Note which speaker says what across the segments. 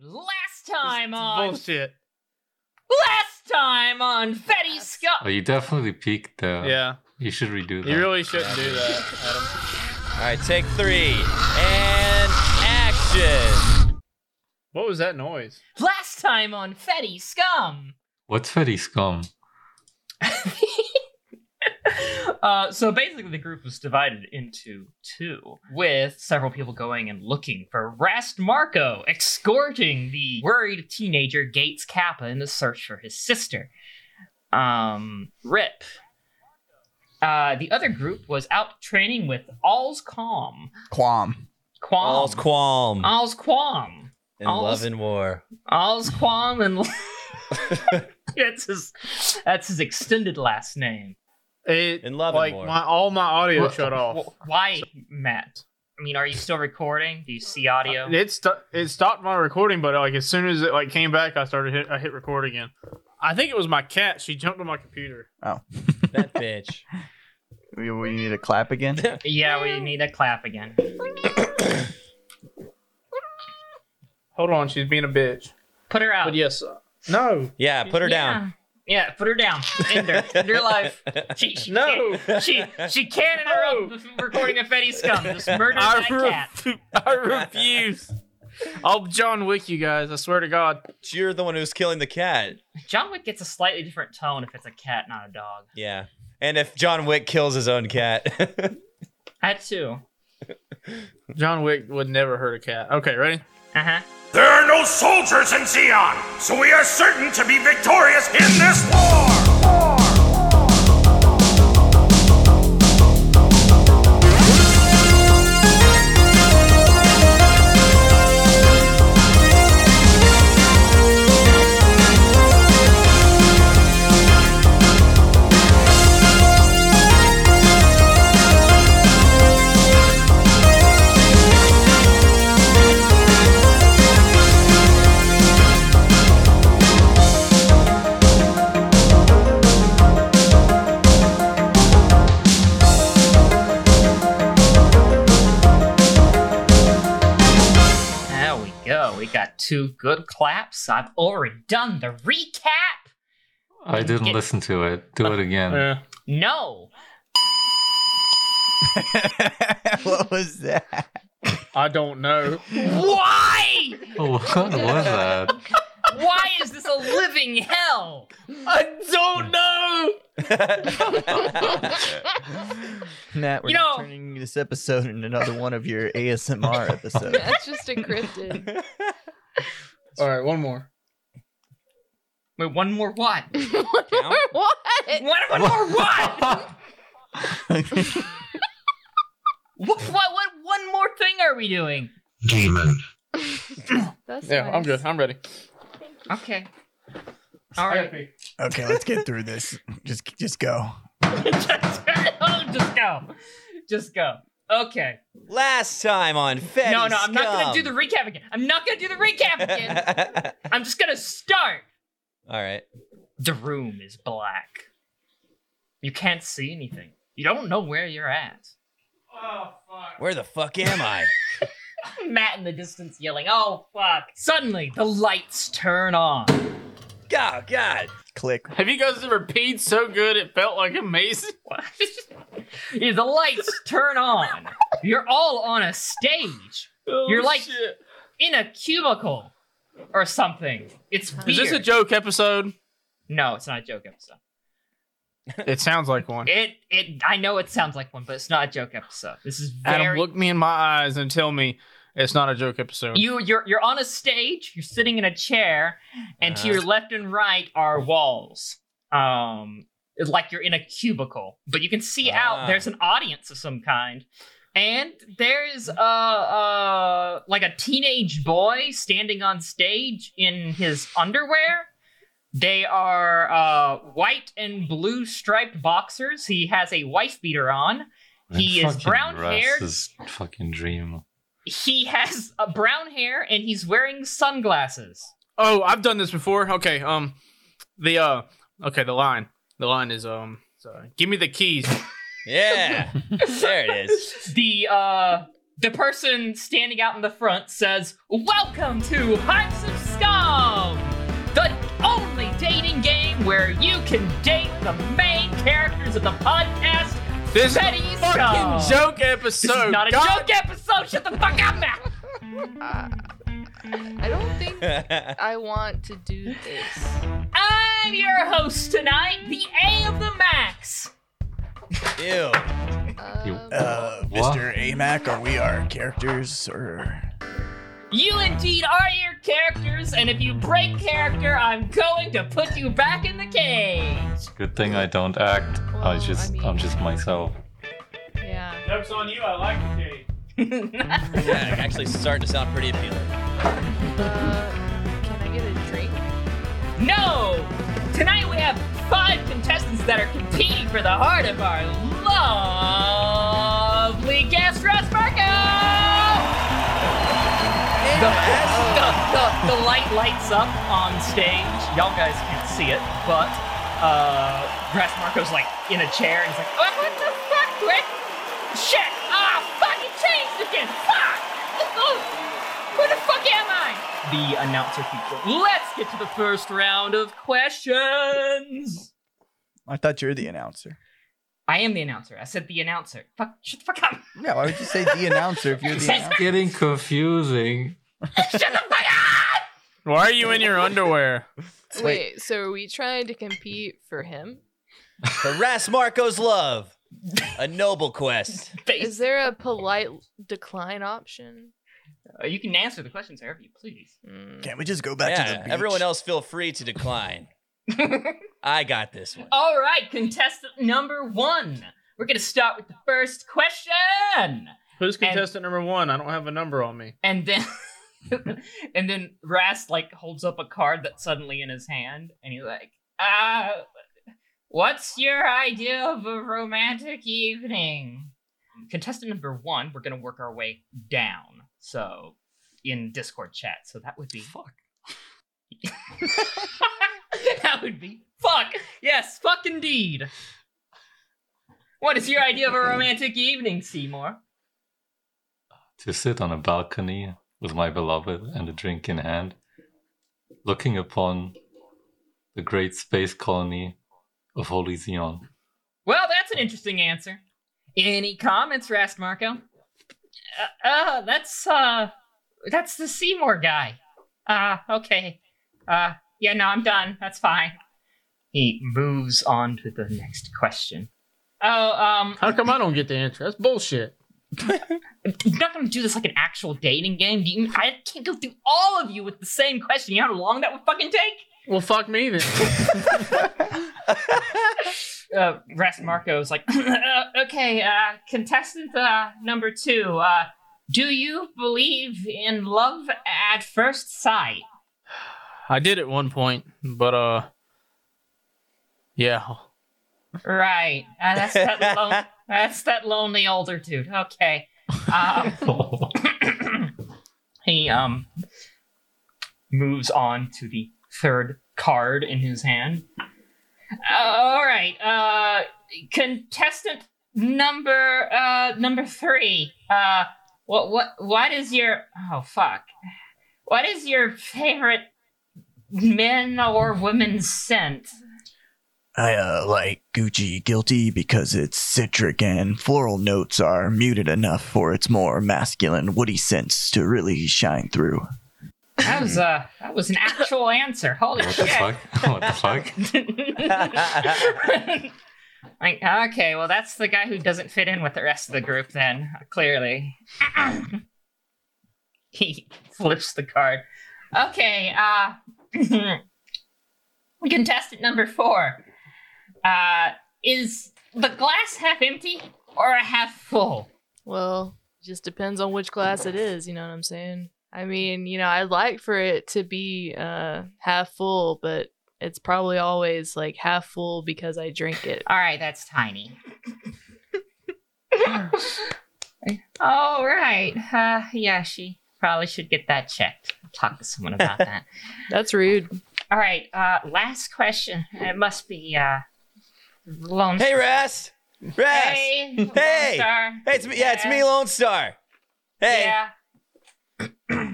Speaker 1: Last time on
Speaker 2: Bullshit.
Speaker 1: last time on Fetty Scott.
Speaker 3: Oh, you definitely peaked
Speaker 4: Oh.
Speaker 3: though.
Speaker 2: Yeah.
Speaker 3: You should redo that.
Speaker 2: You really shouldn't do that, Adam.
Speaker 4: All right, take three and action.
Speaker 2: What was that noise?
Speaker 1: Last time on Fetty Scum.
Speaker 3: What's Fetty Scum?
Speaker 1: Uh, so basically, the group was divided into two, with several people going and looking for Rast Marco, escorting the worried teenager Gates Kappa in the search for his sister. Um, Rip. Uh, the other group was out training with All's Calm.
Speaker 5: Quam.
Speaker 1: Quam.
Speaker 4: All's qualm
Speaker 1: All's Quam.
Speaker 4: in
Speaker 1: all's-
Speaker 4: love and war.
Speaker 1: All's Quam and. that's, his, that's his extended last name.
Speaker 2: It
Speaker 4: In love and
Speaker 2: like
Speaker 4: war.
Speaker 2: my all my audio
Speaker 3: What-
Speaker 2: shut off.
Speaker 1: Wh- Why, Matt? I mean, are you still recording? Do you see audio?
Speaker 2: It st- it stopped my recording, but like as soon as it like came back, I started hit I hit record again. I think it was my cat. She jumped on my computer.
Speaker 4: That bitch.
Speaker 5: We, we need to clap again.
Speaker 1: Yeah, we need a clap again.
Speaker 2: Hold on, she's being a bitch.
Speaker 1: Put her out.
Speaker 2: But yes, uh, no,
Speaker 4: Yeah, put her down.
Speaker 1: Yeah, Yeah, put her down. End her. End her life. She, she
Speaker 2: No.
Speaker 1: can't- She she can't interrupt the recording of Fetty Scum. Just murder
Speaker 2: I,
Speaker 1: that cat.
Speaker 2: re- I refuse. I'll John Wick you guys. I swear to God.
Speaker 4: You're the one who's killing the cat.
Speaker 1: John Wick gets a slightly different tone if it's a cat, not a dog.
Speaker 4: Yeah. And if John Wick kills his own cat.
Speaker 1: That too.
Speaker 2: John Wick would never hurt a cat. Okay, ready?
Speaker 1: Uh huh.
Speaker 6: There are no soldiers in Zion, so we are certain to be victorious in this war!
Speaker 1: There we go. We got two good claps. I've already done the recap.
Speaker 3: I didn't
Speaker 1: Get-
Speaker 3: listen to it. Do it again.
Speaker 2: Uh, Yeah.
Speaker 1: No.
Speaker 5: what was that?
Speaker 2: I don't know.
Speaker 1: Why?
Speaker 3: Oh, what was that?
Speaker 1: Why is this a living hell?
Speaker 2: I don't know.
Speaker 5: Nat, we're
Speaker 1: You know-
Speaker 5: turning this episode into another one of your ASMR episodes.
Speaker 7: That's just encrypted.
Speaker 2: All right, one more.
Speaker 1: Wait, one more what?
Speaker 7: what?
Speaker 1: What? One more what? What, what, what one more thing are we doing?
Speaker 7: That's
Speaker 2: Yeah, I'm
Speaker 7: nice.
Speaker 2: good. I'm ready.
Speaker 1: Okay. All right.
Speaker 5: okay, let's get through this. Just just go.
Speaker 1: oh, just go. Just go. Okay.
Speaker 4: Last time on Fetty
Speaker 1: no, no, I'm not going to do the recap again. I'm not going to do the recap again.
Speaker 4: the.
Speaker 1: I'm just going to start.
Speaker 4: All right.
Speaker 1: The room is black. You can't see anything. You don't know where you're at.
Speaker 4: Where the fuck am I?
Speaker 1: Matt in the distance yelling, oh, fuck. Suddenly, the lights turn on.
Speaker 4: God, God.
Speaker 5: Click.
Speaker 2: Have you guys ever peed so good it felt like amazing?
Speaker 1: Yeah, the lights turn on. You're all on a stage You're like-
Speaker 2: Oh, shit.
Speaker 1: in a cubicle or something. It's weird.
Speaker 2: Is this a joke episode?
Speaker 1: no, it's not a joke episode.
Speaker 2: It sounds like one.
Speaker 1: It it I know it sounds like one, but it's not a joke episode. This is very
Speaker 2: Adam, look me in my eyes and tell me it's not a joke episode.
Speaker 1: you you're you're on a stage, you're sitting in a chair, and to your left and right are walls. Um it's like you're in a cubicle, but you can see
Speaker 4: Ah.
Speaker 1: out there's an audience of some kind. And there is uh uh like a teenage boy standing on stage in his underwear. They are uh white and blue striped boxers. He has a wife beater on. He
Speaker 3: That
Speaker 1: is
Speaker 3: fucking
Speaker 1: brown haired.
Speaker 3: Rest is fucking dream.
Speaker 1: He has a brown hair and he's wearing sunglasses.
Speaker 2: Oh, I've done this before. Okay, um, the uh, okay, the line, the line is um, so, give me the keys.
Speaker 4: Yeah. there it is.
Speaker 1: The uh The person standing out in the front says, Welcome to Pipes of Scum! The only dating game where you can date the main characters of the podcast,
Speaker 2: This
Speaker 1: Betty Scum!
Speaker 2: fucking joke episode.
Speaker 1: This is not a
Speaker 2: God
Speaker 1: joke episode! Shut the fuck up, Matt!
Speaker 7: I don't think I want to do this.
Speaker 1: I'm your host tonight, the A of the Max!
Speaker 4: Ew.
Speaker 3: You-
Speaker 7: Um,
Speaker 5: Uh,
Speaker 3: What?
Speaker 5: Mr. Amac, are we our characters or?
Speaker 1: You indeed are your characters, and if you break character, I'm going to put you back in the cage!
Speaker 3: Good thing I don't act. I
Speaker 7: Well,
Speaker 3: just
Speaker 7: I mean-
Speaker 3: I'm just myself.
Speaker 7: yeah.
Speaker 2: Joke's on you. I like the cage.
Speaker 4: Yeah, actually starting to sound pretty appealing.
Speaker 7: Uh, can I get a drink?
Speaker 1: No! Tonight we have five contestants that are competing for the heart of our lovely guest, Ross Marco! The, the, the, the light lights up on stage. Y'all guys can't see it, but uh, Ross Marco's like in a chair and he's like, "Oh, what the fuck, Rick? Shit! Ah, fucking changed again! Fuck! Where the fuck am I? the announcer feature. Let's get to the first round of questions.
Speaker 5: I thought you're the announcer.
Speaker 1: I am the announcer. I said the announcer. Fuck, shut the fuck up.
Speaker 5: Yeah, why would you say the announcer if you're the announcer?
Speaker 3: Getting confusing.
Speaker 1: Shut the fuck up.
Speaker 2: Why are you in your underwear?
Speaker 7: Wait. so are we trying to compete for him?
Speaker 4: Harass Marco's love. A noble quest.
Speaker 1: Face.
Speaker 7: Is there a polite decline option?
Speaker 1: Uh, you can answer the questions however you please.
Speaker 7: Mm.
Speaker 5: Can't we just go back to
Speaker 4: yeah,
Speaker 5: the beach?
Speaker 4: everyone else feel free to decline. I got this one.
Speaker 1: All right, contestant number one. We're gonna start with the first question,
Speaker 2: Who's contestant number one? I don't have a number on me.
Speaker 1: and then. and then Rast like holds up a card that's suddenly in his hand, and he's like, "Ah, what's your idea of a romantic evening?" Contestant number one, we're gonna work our way down. So, in Discord chat, so that would be fuck. that would be fuck. Yes, fuck indeed. What is your idea of a romantic evening, Seymour?
Speaker 3: To sit on a balcony with my beloved and a drink in hand, looking upon the great space colony of Holy Zion.
Speaker 1: Well, that's an interesting answer. Any comments, Rast Marco? Uh, uh, that's uh, that's the Seymour guy. Ah, uh, okay. Uh, yeah, no, I'm done. That's fine. He moves on to the next question. Oh, um,
Speaker 2: How come I don't get the answer? That's bullshit.
Speaker 1: you're not gonna do this like an actual dating game. Do you, I can't go through all of you with the same question. You know how long that would fucking take?
Speaker 2: Well, fuck me then.
Speaker 1: Uh, Rast Marco's like, uh, okay, uh, contestant uh, number two, uh, do you believe in love at first sight?
Speaker 2: I did at one point, but uh, yeah.
Speaker 1: Right. Uh, that's that. Lo- that's that lonely older dude. Okay. Um, he um moves on to the third card in his hand. Uh, all right. Uh, contestant number uh number three. Uh, what what what is your oh fuck? What is your favorite men or women scent?
Speaker 5: I uh, like Gucci Guilty because it's citric and floral notes are muted enough for its more masculine woody scents to really shine through.
Speaker 1: That was uh that was an actual answer. Holy
Speaker 3: What the
Speaker 1: shit.
Speaker 3: fuck? What the fuck?
Speaker 1: like, okay, well that's the guy who doesn't fit in with the rest of the group then, clearly. he flips the card. Okay, uh contestant number four. Uh is the glass half empty or half full?
Speaker 7: Well, just depends on which class it is, you know what I'm saying? I mean, you know, I'd like for it to be uh half full, but it's probably always like half full because I drink it.
Speaker 1: Alright, that's tiny. All right. Uh, yeah, she probably should get that checked. Talk to someone about that.
Speaker 7: That's rude.
Speaker 1: All right. Uh, last question. It must be uh, Lone
Speaker 4: Hey, Rast. Rast.
Speaker 1: Hey, Lone
Speaker 4: Hey.
Speaker 1: Star.
Speaker 4: Hey, it's me. Yeah, it's me,
Speaker 1: Yeah.
Speaker 4: Lone Star. Hey.
Speaker 1: Yeah.
Speaker 4: All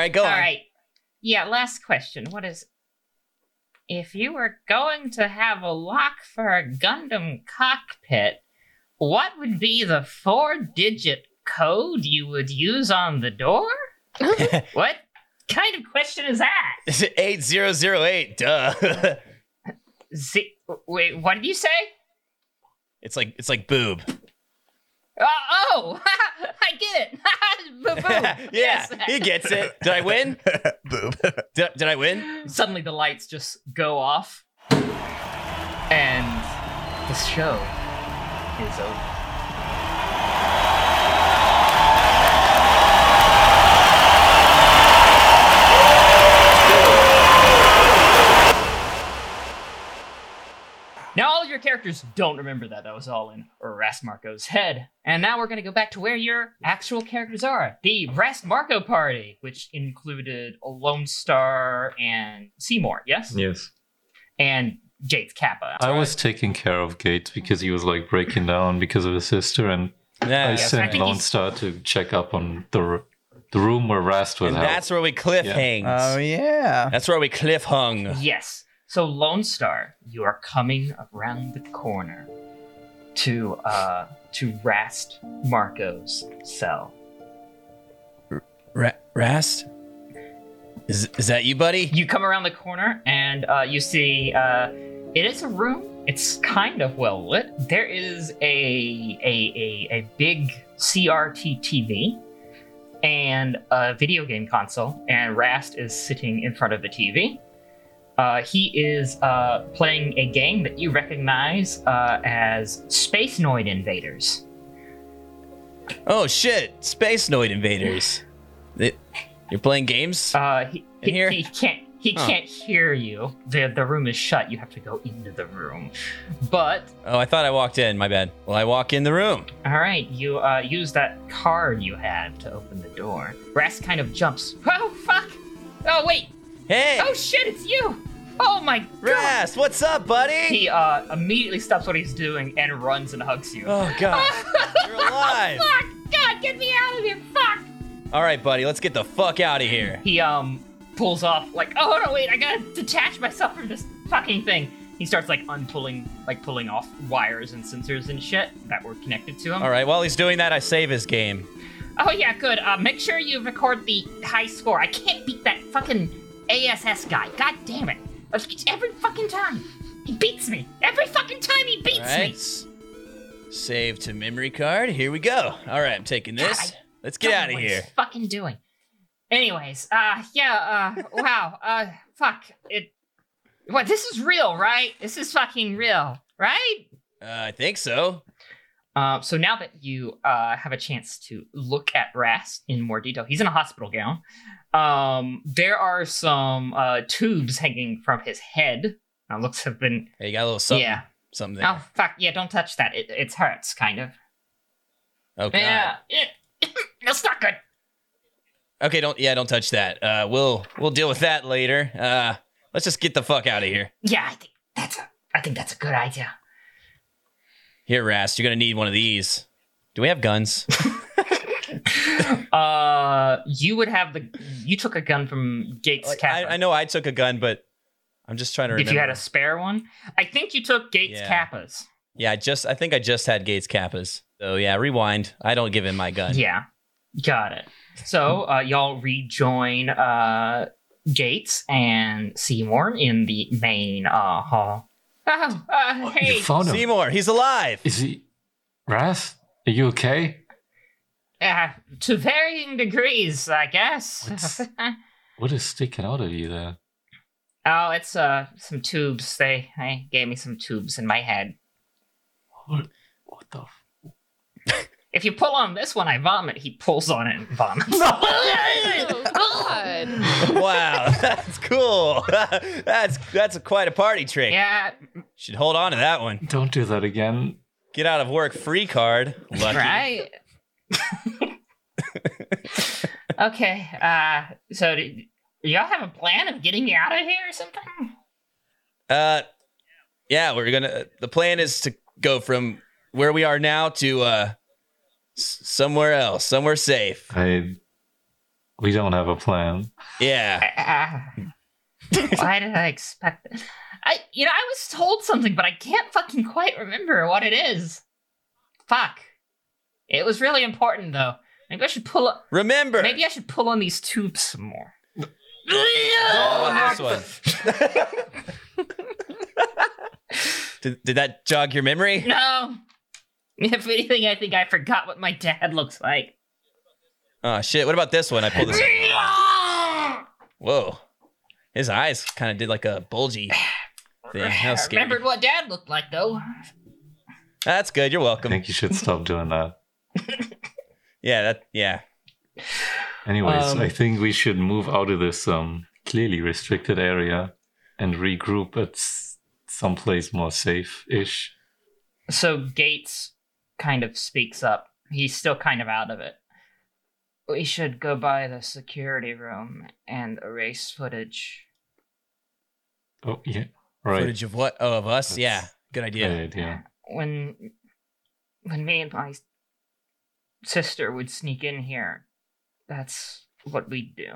Speaker 4: right, go
Speaker 1: All
Speaker 4: on.
Speaker 1: right. Yeah, last question. What is if you were going to have a lock for a Gundam cockpit, what would be the four digit code you would use on the door? what kind of question is that?
Speaker 4: It's 8008, duh.
Speaker 1: Z- wait, what did you say?
Speaker 4: it's like it's like boob.
Speaker 1: Uh, oh, I get it. Boom, boom.
Speaker 4: yeah,
Speaker 1: Yes.
Speaker 4: he gets it. Did I win?
Speaker 5: Boob.
Speaker 4: Did, did I win?
Speaker 1: Suddenly the lights just go off. And the show is over. Now all of your characters don't remember that. That was all in Rast Marco's head. And now we're gonna go back to where your actual characters are. The Rast Marco party, which included a Lone Star and Seymour, yes?
Speaker 3: Yes.
Speaker 1: And Gates Kappa.
Speaker 3: I was taking care of Gates because he was like breaking down because of his sister, and I
Speaker 4: Nah.
Speaker 1: Yes, I
Speaker 3: sent
Speaker 1: think
Speaker 3: Lone
Speaker 1: he's-
Speaker 3: Star to check up on the r- the room where Rast was
Speaker 4: And
Speaker 3: held.
Speaker 4: that's where we cliff
Speaker 3: Yeah.
Speaker 4: hangs.
Speaker 5: Oh yeah.
Speaker 4: That's where we cliff hung.
Speaker 1: Yes. So Lone Star, you are coming around the corner to uh to Rast Marco's cell.
Speaker 4: Ra- Rast? Is, is that you, buddy?
Speaker 1: You come around the corner and uh, you see uh, it is a room. It's kind of well lit. There is a a, a, a big CRT TV and a video game console, and Rast is sitting in front of the TV. Uh, he is uh, playing a game that you recognize uh, as Space Noid Invaders.
Speaker 4: Oh, shit. Space Noid Invaders. They- You're playing games?
Speaker 1: Uh, he,
Speaker 4: In
Speaker 1: he,
Speaker 4: here?
Speaker 1: he can't. He
Speaker 4: Huh.
Speaker 1: can't hear you. the The room is shut. You have to go into the room, but
Speaker 4: Oh, I thought I walked in. My bad. Well, I walk in the room.
Speaker 1: All right, you uh, use that card you had to open the door. Brass kind of jumps. Oh fuck! Oh wait!
Speaker 4: Hey,
Speaker 1: Oh shit! It's you! Oh my god!
Speaker 4: Rast, what's up, buddy?
Speaker 1: He uh, immediately stops what he's doing and runs and hugs you.
Speaker 4: Oh, God. You're alive.
Speaker 1: fuck! God, get me out of here! Fuck!
Speaker 4: All right, buddy, let's get the fuck out of here.
Speaker 1: He um pulls off like, oh no, wait! I gotta detach myself from this fucking thing. He starts like unpulling, like pulling off wires and sensors and shit that were connected to him.
Speaker 4: All right, while he's doing that, I save his game.
Speaker 1: Oh yeah, good. Uh, make sure you record the high score. I can't beat that fucking ASS guy. God damn it! It's every fucking time. He beats me. Every fucking time he beats
Speaker 4: All right.
Speaker 1: me.
Speaker 4: s- Save to memory card. Here we go. All right, I'm taking this.
Speaker 1: God,
Speaker 4: Let's get
Speaker 1: Don't
Speaker 4: out
Speaker 1: know what
Speaker 4: of
Speaker 1: he's
Speaker 4: here.
Speaker 1: Fucking doing. Anyways, uh, yeah, uh, wow, uh, fuck it. What? This is real, right? This is fucking real, right?
Speaker 4: Uh, I think so.
Speaker 1: Uh, so now that you uh, have a chance to look at Rast in more detail, he's in a hospital gown. Um, there are some uh, tubes hanging from his head. Now looks have been
Speaker 4: Hey, you got a little something.
Speaker 1: yeah.
Speaker 4: Something
Speaker 1: Oh
Speaker 4: there.
Speaker 1: fuck yeah! Don't touch that. It it hurts kind of.
Speaker 4: Oh, God.
Speaker 1: Yeah, it, that's not good.
Speaker 4: Okay, don't. Yeah, don't touch that. Uh, we'll we'll deal with that later. Uh, let's just get the fuck out of here.
Speaker 1: Yeah, I think that's a I think that's a good idea.
Speaker 4: Here, Rast, you're gonna need one of these. Do we have guns?
Speaker 1: uh, you would have the you took a gun from Gates.
Speaker 4: Like, I,
Speaker 1: Kappa.
Speaker 4: I know I took a gun, but I'm just trying to remember.
Speaker 1: If you had a spare one, I think you took Gates
Speaker 4: Yeah.
Speaker 1: Kappa's.
Speaker 4: Yeah, I just I think I just had Gates Kappas. So yeah, rewind. I don't give him my gun.
Speaker 1: Yeah, got it. So uh, y'all rejoin uh, Gates and Seymour in the main uh, hall. Oh, uh, hey,
Speaker 3: you found him.
Speaker 4: Seymour, he's alive.
Speaker 3: Is he Rast? Are you okay?
Speaker 1: uh, to varying degrees, I guess.
Speaker 3: What's- What is sticking out of you there?
Speaker 1: oh, it's uh, some tubes. They, they gave me some tubes in my head.
Speaker 3: What, what the? F-
Speaker 1: If you pull on this one, I vomit. He pulls on it and vomits.
Speaker 7: Oh, God.
Speaker 4: Wow, that's cool. that's that's quite a party trick.
Speaker 1: yeah,
Speaker 4: Should hold on to that one.
Speaker 3: Don't do that again.
Speaker 4: Get out of work free card. Lucky.
Speaker 1: Right. okay. Uh, so do, do y'all have a plan of getting you out of here or something?
Speaker 4: Uh, yeah, we're gonna. The plan is to go from where we are now to uh, S- somewhere else, somewhere safe.
Speaker 3: I. We don't have a plan.
Speaker 4: Yeah.
Speaker 1: Ah. Why did I expect that? I, you know, I was told something, but I can't fucking quite remember what it is. Fuck. It was really important though. Maybe I should pull. Up,
Speaker 4: Remember.
Speaker 1: maybe I should pull on these tubes some more.
Speaker 4: Oh, on this one. did, did that jog your memory?
Speaker 1: No. If anything, I think I forgot what my dad looks like.
Speaker 4: Oh shit! What about this one? I pulled this. Whoa, his eyes kind of did like a bulgy thing. That was scary.
Speaker 1: Remembered what dad looked like though.
Speaker 4: That's good. You're
Speaker 3: I
Speaker 4: welcome.
Speaker 3: think you should stop doing that.
Speaker 4: Yeah, that yeah.
Speaker 3: Anyways,
Speaker 1: Um,
Speaker 3: I think we should move out of this um clearly restricted area and regroup at s- someplace more safe ish.
Speaker 1: So Gates kind of speaks up. He's still kind of out of it. We should go by the security room and erase footage.
Speaker 3: Oh yeah, right.
Speaker 4: Footage of what? Oh, of us.
Speaker 3: That's-
Speaker 4: yeah, good idea.
Speaker 3: Good idea.
Speaker 1: When when me and my sister would sneak in here, that's what we'd do.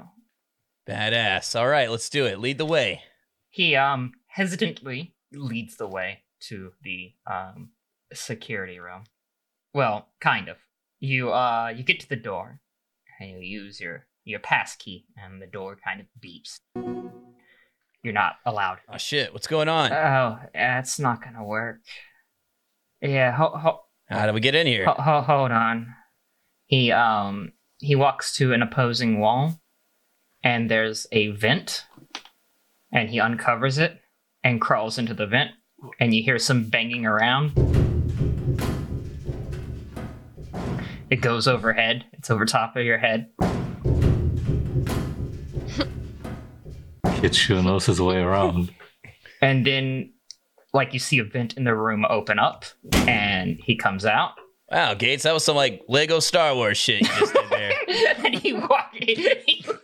Speaker 4: Badass. All right, let's do it. Lead the way.
Speaker 1: He um hesitantly leads the way to the um security room. Well, kind of. You uh you get to the door and you use your your pass key and the door kind of beeps. You're not allowed.
Speaker 4: Oh shit! What's going on?
Speaker 1: Oh, that's not gonna work. Yeah, ho- ho-
Speaker 4: How do we get in here?
Speaker 1: Ho- ho- hold on. He um he walks to an opposing wall, and there's a vent, and he uncovers it and crawls into the vent, and you hear some banging around. It goes overhead. It's over top of your head.
Speaker 3: Kid sure knows his way around.
Speaker 1: And then, like, you see a vent in the room open up, and he comes out.
Speaker 4: Wow, Gates, that was some like Lego Star Wars shit you just did there.
Speaker 1: and he walked.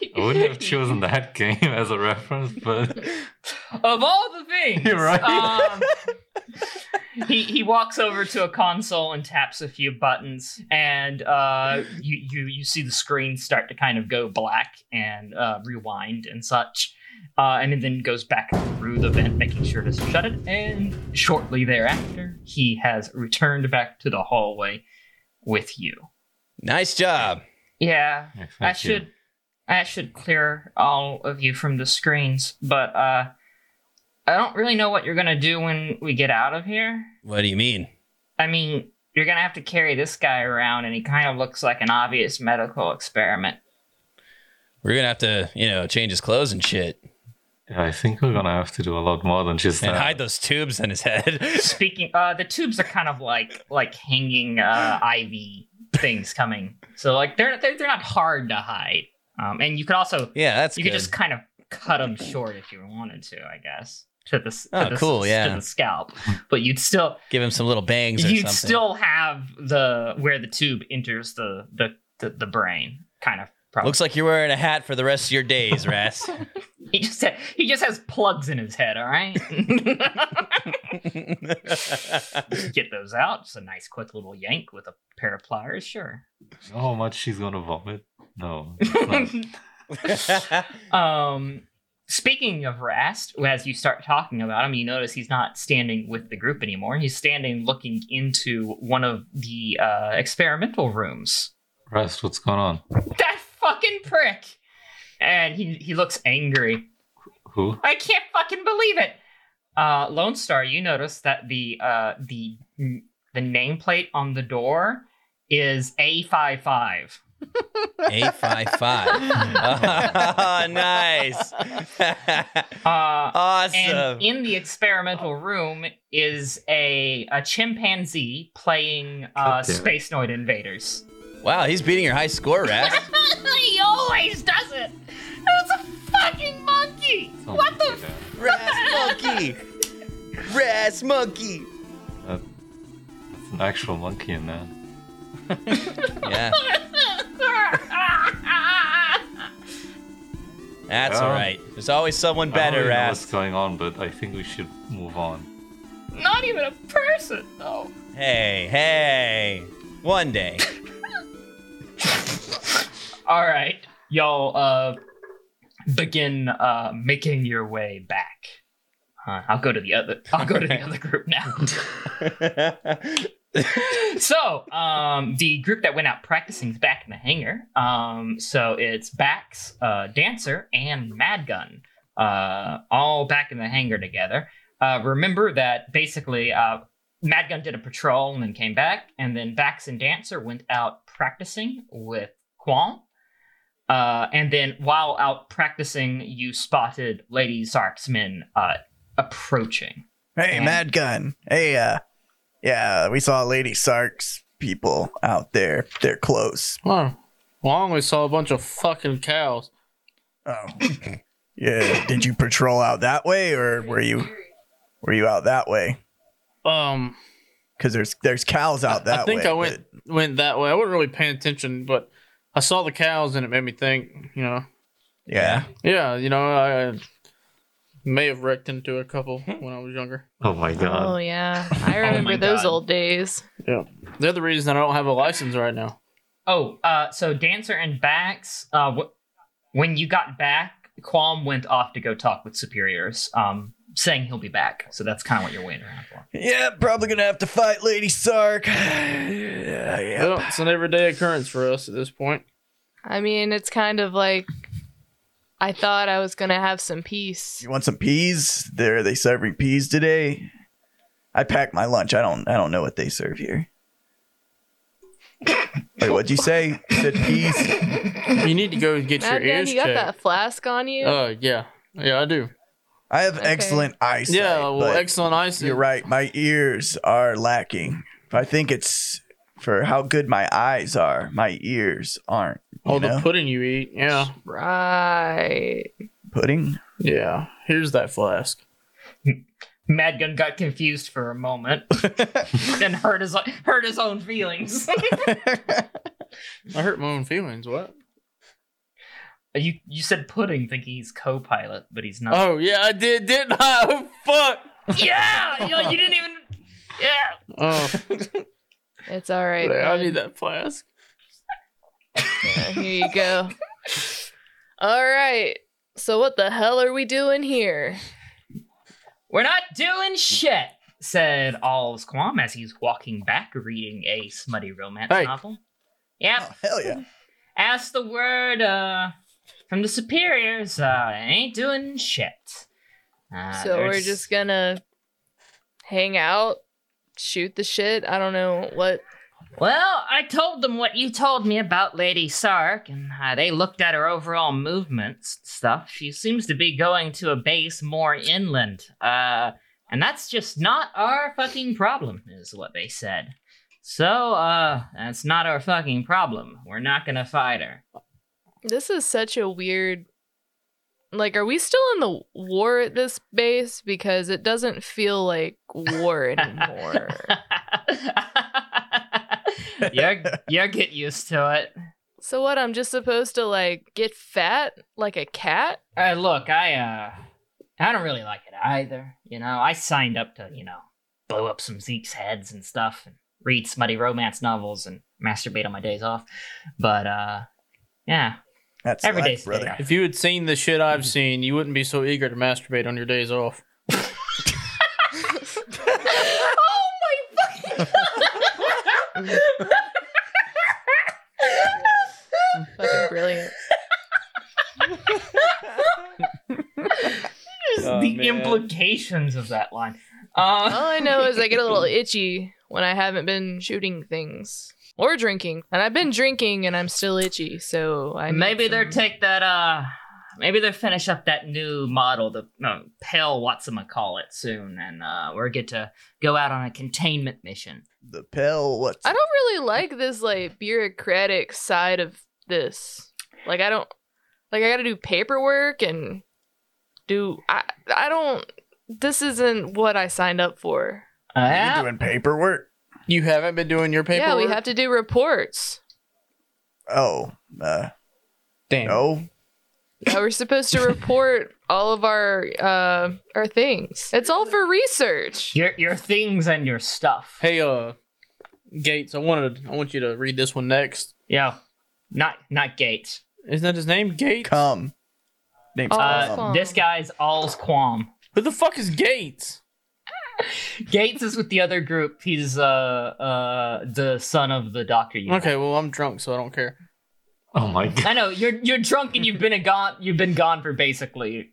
Speaker 1: He,
Speaker 3: I wouldn't have chosen that game as a reference, but
Speaker 1: of all the things.
Speaker 4: Uh,
Speaker 3: You're right.
Speaker 1: Um, he he walks over to a console and taps a few buttons, and uh, you you you see the screen start to kind of go black and uh, rewind and such. Uh, and it then goes back through the vent, making sure to shut it. And shortly thereafter, he has returned back to the hallway with you.
Speaker 4: Nice job.
Speaker 1: Yeah,
Speaker 3: Yeah, thank
Speaker 1: I
Speaker 3: you.
Speaker 1: should I should clear all of you from the screens, but uh I don't really know what you're gonna do when we get out of here.
Speaker 4: What do you mean?
Speaker 1: I mean, you're gonna have to carry this guy around and he kind of looks like an obvious medical experiment.
Speaker 4: We're gonna have to, you know, change his clothes and shit,
Speaker 3: Yeah, I think we're gonna have to do a lot more than just
Speaker 4: and
Speaker 1: Uh.
Speaker 3: that.
Speaker 4: hide those tubes in his head.
Speaker 1: Speaking uh the tubes are kind of like like hanging uh IV things coming. So like they're they're, they're not hard to hide. Um and you could also
Speaker 4: yeah, that's
Speaker 1: you
Speaker 4: good.
Speaker 1: could just kind of cut them short if you wanted to, I guess. To the, s- to
Speaker 4: Oh,
Speaker 1: the s-
Speaker 4: cool, yeah.
Speaker 1: to the scalp, but you'd still
Speaker 4: give him some little bangs or
Speaker 1: you'd
Speaker 4: something.
Speaker 1: still have the where the tube enters the the the, the brain kind of problem.
Speaker 4: Looks like you're wearing a hat for the rest of your days, Ras.
Speaker 1: he just ha- he just has plugs in his head all right get those out it's a nice quick little yank with a pair of pliers sure
Speaker 3: You know how much she's gonna vomit? No. it's not.
Speaker 1: um speaking of rast as you start talking about him you notice he's not standing with the group anymore he's standing looking into one of the uh experimental rooms
Speaker 3: Rest, what's going on?
Speaker 1: that fucking prick. And he, he looks angry.
Speaker 3: Who?
Speaker 1: I can't fucking believe it. Uh, Lone Star, you notice that the uh, the the nameplate on the door is A55.
Speaker 4: Eight five five. Oh, nice.
Speaker 1: Uh, and
Speaker 4: awesome.
Speaker 1: in the experimental room is a a chimpanzee playing uh,
Speaker 3: God damn it.
Speaker 1: Space Noid Invaders.
Speaker 4: Wow, he's beating your high score, Ras.
Speaker 1: he always does it. It's a fucking monkey.
Speaker 3: Sounds
Speaker 1: What the
Speaker 3: like a-
Speaker 4: Ras monkey. Ras monkey.
Speaker 3: that- That's an actual monkey in there.
Speaker 4: Yeah, that's all
Speaker 3: Yeah.
Speaker 4: right. There's always someone
Speaker 3: I don't
Speaker 4: better,
Speaker 3: really know what's
Speaker 4: Ras.
Speaker 3: going on, but I think we should move on.
Speaker 1: Not even a person, though.
Speaker 4: Hey, hey. One day.
Speaker 1: All right, y'all uh, begin uh, making your way back. Huh, I'll go to the other. I'll go to the other group now. so, um, the group that went out practicing is back in the hangar. Um, so it's Bax, uh, Dancer, and Madgun, uh, all back in the hangar together. Uh, remember that basically, uh, Madgun did a patrol and then came back, and then Bax and Dancer went out practicing with Quam. Uh, and then while out practicing, you spotted Lady Sark's men uh, approaching.
Speaker 5: Hey,
Speaker 1: And-
Speaker 5: Mad Gun. Hey, uh, yeah, we saw Lady Sark's people out there. They're close.
Speaker 2: Wow. Well, I only saw a bunch of fucking cows.
Speaker 5: Oh, yeah. Did you patrol out that way, or were you were you out that way?
Speaker 2: Um,
Speaker 5: Because there's there's cows out that way.
Speaker 2: I think I went went that way. I wasn't really paying attention, but I saw the cows and it made me think. You know,
Speaker 5: but- yeah.
Speaker 2: yeah, you know, I, I may have wrecked into a couple when I was younger.
Speaker 3: Oh my
Speaker 7: Oh
Speaker 3: god.
Speaker 7: yeah, I
Speaker 1: my
Speaker 2: Oh,
Speaker 7: remember those
Speaker 1: God.
Speaker 7: old days.
Speaker 2: They're the reason I don't have a license right now.
Speaker 1: Oh, uh, so Dancer and Bax, uh, w- when you got back, Quam went off to go talk with superiors, um, saying he'll be back. So that's kind of what you're waiting around for.
Speaker 5: Yeah, probably gonna have to fight Lady Sark. yeah, yeah.
Speaker 2: Well, it's an everyday occurrence for us at this point.
Speaker 7: I mean, it's kind of like I thought I was gonna have some peace.
Speaker 5: You want some peas? There, are they serving peas today? I packed my lunch. I don't. I don't know what they serve here. Wait, what'd you say? You said peas.
Speaker 2: You need to go get your
Speaker 7: Madman,
Speaker 2: ears
Speaker 7: you got
Speaker 2: checked.
Speaker 7: that flask on you.
Speaker 2: Uh, yeah, yeah, I do.
Speaker 5: I have
Speaker 7: Okay.
Speaker 5: excellent eyesight.
Speaker 2: yeah, well,
Speaker 5: but
Speaker 2: excellent eyesight.
Speaker 5: You're right. My ears are lacking. I think it's for how good my eyes are. My ears aren't. You
Speaker 2: All
Speaker 5: know?
Speaker 2: the pudding you eat. Yeah,
Speaker 7: Right.
Speaker 5: pudding.
Speaker 2: yeah. Here's that flask.
Speaker 1: Madgun got confused for a moment, then hurt his hurt his own feelings.
Speaker 2: I hurt my own feelings. What?
Speaker 1: you you said pudding, thinking he's co-pilot, but he's not.
Speaker 2: Oh yeah, I did, didn't I? Oh fuck.
Speaker 1: yeah, you, you didn't even. Yeah.
Speaker 2: Oh,
Speaker 7: It's all right.
Speaker 2: I
Speaker 7: man.
Speaker 2: need that flask.
Speaker 7: Here you go. All right. So what the hell are we doing here?
Speaker 1: We're not doing shit, said All's Quam as he's walking back reading a smutty romance
Speaker 2: Hey.
Speaker 1: novel. Yep.
Speaker 5: Oh, hell yeah.
Speaker 1: As the word uh, from the superiors, uh, ain't doing shit. Uh,
Speaker 7: so
Speaker 1: they're
Speaker 7: we're just gonna hang out, shoot the shit. I don't know what.
Speaker 1: Well, I told them what you told me about Lady Sark, and uh, they looked at her overall movements and stuff. She seems to be going to a base more inland, uh, and that's just not our fucking problem, is what they said. So, uh, that's not our fucking problem. We're not gonna fight her.
Speaker 7: This is such a weird. Like, are we still in the war at this base? Because it doesn't feel like war anymore.
Speaker 1: you're, you're get used to it.
Speaker 7: so what? I'm just supposed to like get fat like a cat?
Speaker 1: Uh, look, I uh, I don't really like it either. You know, I signed up to you know blow up some Zeke's heads and stuff, and read smutty romance novels and masturbate on my days off. But uh, yeah,
Speaker 5: That's
Speaker 1: every
Speaker 5: life,
Speaker 1: day's a day
Speaker 5: brother.
Speaker 1: off.
Speaker 2: If you had seen the shit
Speaker 5: Mm-hmm.
Speaker 2: I've seen, you wouldn't be so eager to masturbate on your days off.
Speaker 1: oh my fucking!
Speaker 7: Fucking brilliant.
Speaker 1: Just
Speaker 2: Oh,
Speaker 1: the
Speaker 2: man.
Speaker 1: implications of that line. Uh,
Speaker 7: All I know is I get a little itchy when I haven't been shooting things or drinking, and I've been drinking and I'm still itchy. So I need
Speaker 1: maybe they're
Speaker 7: some-
Speaker 1: take that uh. Maybe they'll finish up that new model, the no, Pale call it soon, and uh, we'll get to go out on a containment mission.
Speaker 5: The pill. What's
Speaker 7: I don't really like this like bureaucratic side of this. Like I don't like I got to do paperwork and do I I don't this isn't what I signed up for.
Speaker 1: Uh,
Speaker 5: you doing paperwork?
Speaker 2: You haven't been doing your paperwork.
Speaker 7: Yeah, we have to do reports.
Speaker 5: Oh, uh, oh,
Speaker 2: Damn.
Speaker 5: no.
Speaker 7: Uh, we're supposed to report all of our uh our things. It's all for research.
Speaker 1: Your your things and your stuff.
Speaker 2: Hey, uh, Gates. I wanted. I want you to read this one next.
Speaker 1: Yeah, not not Gates.
Speaker 2: Isn't that his name? Gates.
Speaker 8: Come. Name's
Speaker 7: All's
Speaker 1: Uh,
Speaker 7: Qualm.
Speaker 1: This guy's all's qualm.
Speaker 2: Who the fuck is Gates?
Speaker 1: Gates is with the other group. He's uh uh the son of the doctor. You
Speaker 2: Okay, well I'm drunk, so I don't care.
Speaker 3: Oh my god.
Speaker 1: I know you're you're drunk and you've been a gone you've been gone for basically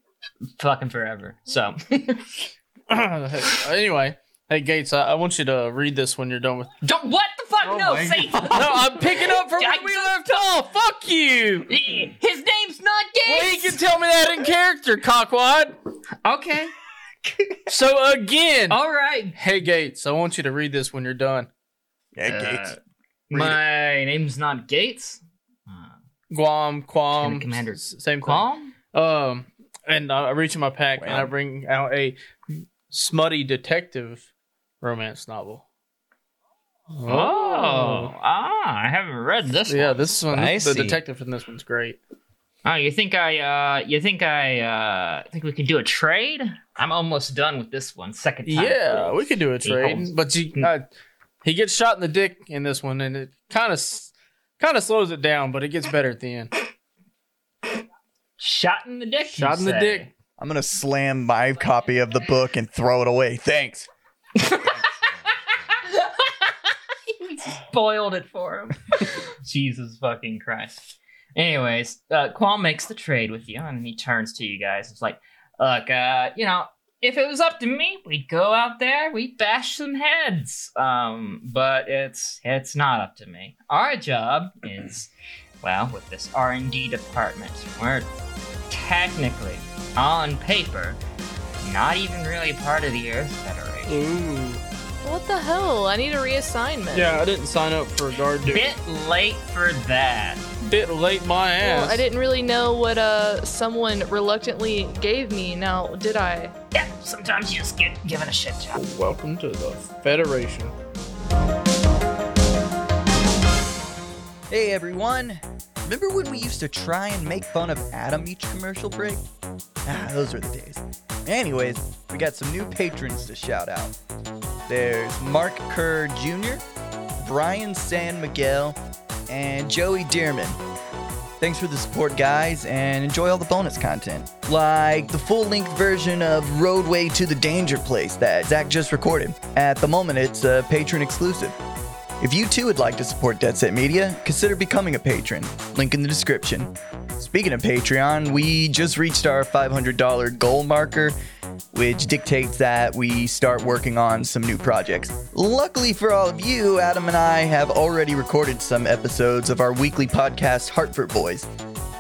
Speaker 1: fucking forever. So
Speaker 2: anyway, hey Gates, I, I want you to read this when you're done with.
Speaker 1: don't what the fuck
Speaker 3: Oh
Speaker 1: no
Speaker 3: my
Speaker 1: say
Speaker 2: No, I'm picking up from
Speaker 1: I
Speaker 2: where we
Speaker 1: just-
Speaker 2: left off. Fuck you.
Speaker 1: his name's not
Speaker 2: Well, you
Speaker 1: Gates.
Speaker 2: can tell me that in character, cockwad.
Speaker 1: okay, Oh.
Speaker 2: So again,
Speaker 1: all right.
Speaker 2: hey Gates, I want you to read this when you're done.
Speaker 8: Yeah, Gates.
Speaker 1: Uh, my name's not Gates. Uh,
Speaker 2: Guam, Quam,
Speaker 1: Lieutenant Commander
Speaker 2: s- same thing.
Speaker 1: Qualm.
Speaker 2: Um, and I I reach in my pack and I
Speaker 8: Wow.
Speaker 2: bring out a smutty detective romance novel.
Speaker 1: Oh. ah, I haven't read this.
Speaker 2: yeah, this one,
Speaker 4: I
Speaker 2: this- the
Speaker 4: see.
Speaker 2: detective in this one's great.
Speaker 1: Oh, you think I? uh You think I? uh Think we can do a trade? I'm almost done with this one. Second time.
Speaker 2: yeah, we could do a
Speaker 1: He
Speaker 2: trade,
Speaker 1: holds-
Speaker 2: but you, uh, he gets shot in the dick in this one, and it kind of, kind of slows it down, but it gets better at the end.
Speaker 1: Shot in the dick. you
Speaker 2: Shot in the
Speaker 1: say.
Speaker 2: dick.
Speaker 8: I'm gonna slam my copy of the book and throw it away. Thanks.
Speaker 1: spoiled it for him. Jesus fucking Christ. Anyways, uh, Qualm makes the trade with you, and he turns to you guys. It's like, look, uh, you know, if it was up to me, we'd go out there, we'd bash some heads. Um, but it's it's not up to me. Our job is, well, with this R and D department, we're technically on paper not even really part of the Earth Federation.
Speaker 2: Ooh.
Speaker 7: What the hell? I need a reassignment.
Speaker 2: Yeah, I didn't sign up for a guard duty.
Speaker 1: Bit late for that.
Speaker 2: Bit late my ass.
Speaker 7: Well, I didn't really know what uh someone reluctantly gave me. Now, did I?
Speaker 1: Yeah, sometimes you just get given a shit job.
Speaker 2: Welcome to the Federation.
Speaker 5: Hey everyone! Remember when we used to try and make fun of Adam each commercial break? Ah, those were the days. Anyways, we got some new patrons to shout out. There's Mark Kerr Jr., Brian San Miguel, and Joey Dearman. Thanks for the support, guys, and enjoy all the bonus content. Like the full length version of Roadway to the Danger Place that Zach just recorded. At the moment, it's a patron exclusive. If you too would like to support Dead Set Media, consider becoming a patron. Link in the description. Speaking of Patreon, we just reached our $500 goal marker, which dictates that we start working on some new projects. Luckily for all of you, Adam and I have already recorded some episodes of our weekly podcast, Hartford Boys,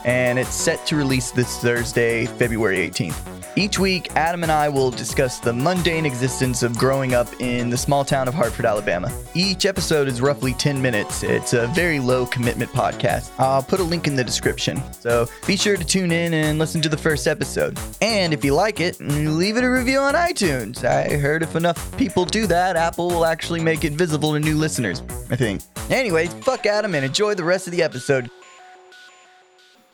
Speaker 5: and it's set to release this Thursday, February 18th. Each week, Adam and I will discuss the mundane existence of growing up in the small town of Hartford, Alabama. Each episode is roughly 10 minutes. It's a very low commitment podcast. I'll put a link in the description. So be sure to tune in and listen to the first episode. And if you like it, leave it a review on iTunes. I heard if enough people do that, Apple will actually make it visible to new listeners, I think. Anyways, fuck Adam and enjoy the rest of the episode.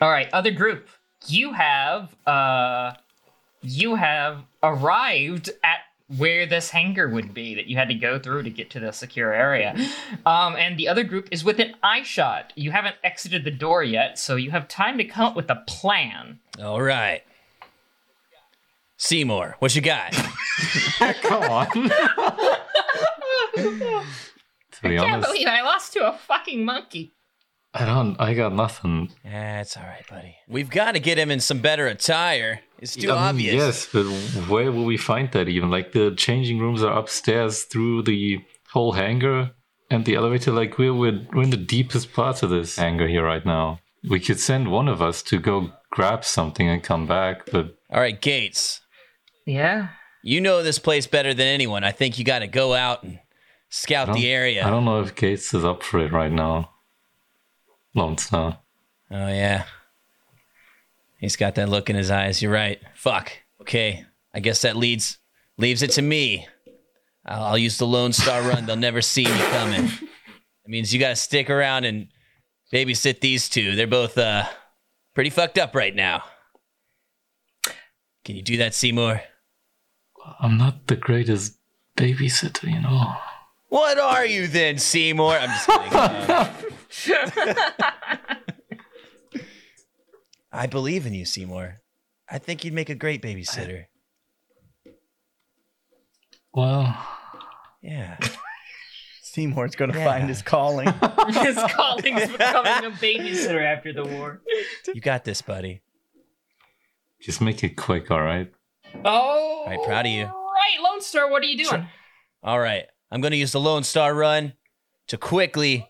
Speaker 1: All right, other group. You have uh you have arrived at where this hangar would be that you had to go through to get to the secure area. Um and the other group is within eye shot. You haven't exited the door yet, so you have time to come up with a plan.
Speaker 4: All right. Seymour, what you got?
Speaker 3: Come on. to be
Speaker 1: Can't
Speaker 3: honest,
Speaker 1: believe I lost to a fucking monkey.
Speaker 3: I don't. I got nothing.
Speaker 4: That's all right, buddy. We've got to get him in some better attire. It's too
Speaker 3: I mean,
Speaker 4: obvious.
Speaker 3: Yes, but where will we find that even? Like the changing rooms are upstairs through the whole hangar and the elevator. Like we're we're, we're in the deepest parts of this hangar here right now. We could send one of us to go grab something and come back, but
Speaker 4: All right, Gates.
Speaker 1: Yeah.
Speaker 4: You know this place better than anyone. I think you got to go out and
Speaker 3: I
Speaker 4: scout
Speaker 3: don't-
Speaker 4: the area.
Speaker 3: I don't know if Gates is up for it right now. Lance now.
Speaker 4: Oh yeah. He's got that look in his eyes. You're right. Fuck. Okay. I guess that leads leaves it to me. I'll, I'll use the Lone Star Run. They'll never see me coming. That means you got to stick around and babysit these two. They're both uh pretty fucked up right now. Can you do that, Seymour?
Speaker 3: I'm not the greatest babysitter, you know.
Speaker 4: What are you then, Seymour? I'm just kidding. Um, I believe in you, Seymour. I think you'd make a great babysitter.
Speaker 3: Well,
Speaker 4: Yeah.
Speaker 9: Seymour's gonna
Speaker 4: Yeah.
Speaker 9: find his calling.
Speaker 1: His calling's becoming a babysitter after the war.
Speaker 4: You got this, buddy.
Speaker 3: just make it quick, all right?
Speaker 1: Oh,
Speaker 4: All right, proud of you.
Speaker 1: Right, Lone Star, what are you doing?
Speaker 4: All right. I'm going to use the Lone Star Run to quickly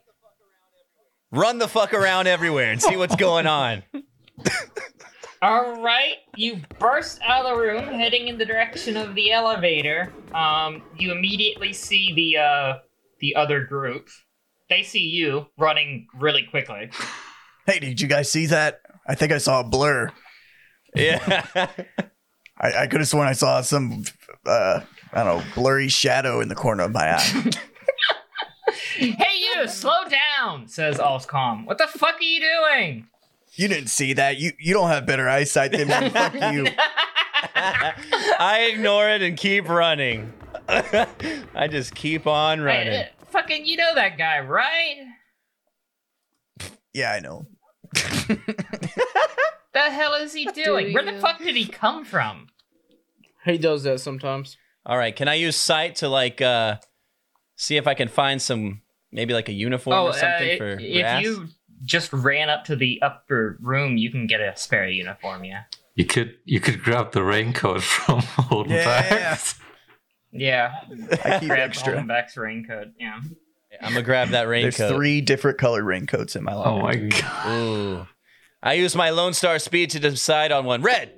Speaker 4: run the fuck around everywhere and see what's going on.
Speaker 1: All right, you burst out of the room, heading in the direction of the elevator. Um, you immediately see the uh, the other group. They see you running really quickly.
Speaker 5: Hey, did you guys see that? I think I saw a blur.
Speaker 4: Yeah.
Speaker 5: I, I could have sworn I saw some, uh, I don't know, blurry shadow in the corner of my eye.
Speaker 1: Hey, you, slow down! Says All's Calm. What the fuck are you doing?
Speaker 5: you didn't see that. You you don't have better eyesight than me. Fuck you.
Speaker 4: I ignore it and keep running. I just keep on
Speaker 1: Hey,
Speaker 4: running.
Speaker 1: uh, fucking, you know that guy, right?
Speaker 5: Yeah, I know.
Speaker 1: The hell is he doing? Where the
Speaker 7: you?
Speaker 1: fuck did he come from?
Speaker 2: He does that sometimes.
Speaker 4: All right, can I use sight to like uh see if I can find some maybe like a uniform or something
Speaker 1: i-
Speaker 4: for
Speaker 1: Oh, uh, if
Speaker 4: Ras?
Speaker 1: you just ran up to the upper room, you can get a spare uniform. Yeah,
Speaker 3: You could you could grab the raincoat from Holden
Speaker 5: Yeah.
Speaker 3: Bags.
Speaker 1: yeah.
Speaker 5: I keep
Speaker 1: Grab
Speaker 5: extra.
Speaker 1: Hollenbeck's raincoat. Yeah.
Speaker 4: I'm gonna grab that
Speaker 5: There's
Speaker 4: raincoat.
Speaker 5: three different colored raincoats in my
Speaker 3: Oh
Speaker 5: locker.
Speaker 3: my god.
Speaker 4: Ooh. I use my Lone Star speed to decide on one. Red.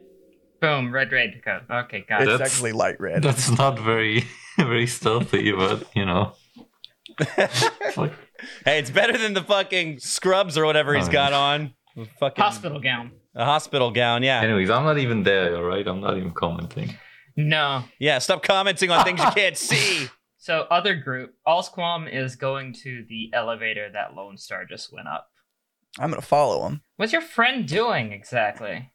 Speaker 1: Boom. Red raincoat. Okay, got
Speaker 5: it's
Speaker 1: it.
Speaker 3: That's-
Speaker 5: actually light red.
Speaker 3: That's not very very stealthy, but you know. Fuck.
Speaker 4: Hey, it's better than the fucking scrubs or whatever he's
Speaker 3: Oh,
Speaker 4: got on. Fucking
Speaker 1: Hospital gown.
Speaker 4: a hospital gown, yeah.
Speaker 3: Anyways, I'm not even there, all right? I'm not even commenting.
Speaker 1: No.
Speaker 4: Yeah, stop commenting on things you can't see.
Speaker 1: So other group. Allsquam is going to the elevator that Lone Star just went up.
Speaker 5: I'm gonna follow him.
Speaker 1: What's your friend doing exactly?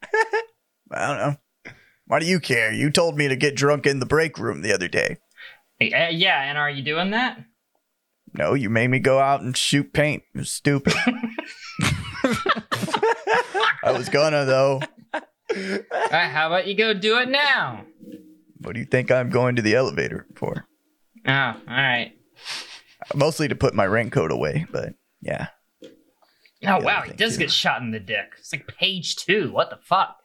Speaker 5: I don't know. Why do you care? You told me to get drunk in the break room the other day.
Speaker 1: Hey, uh, yeah, and are you doing that?
Speaker 5: No, you made me go out and shoot paint. It was stupid. I was gonna though.
Speaker 1: All right, how about you go do it now?
Speaker 5: What do you think I'm going to the elevator for?
Speaker 1: Oh, all right.
Speaker 5: Mostly to put my raincoat away, but yeah.
Speaker 1: Oh
Speaker 5: Yeah,
Speaker 1: wow, he
Speaker 5: thank
Speaker 1: does
Speaker 5: you.
Speaker 1: get shot in the dick. It's like page two. What the fuck?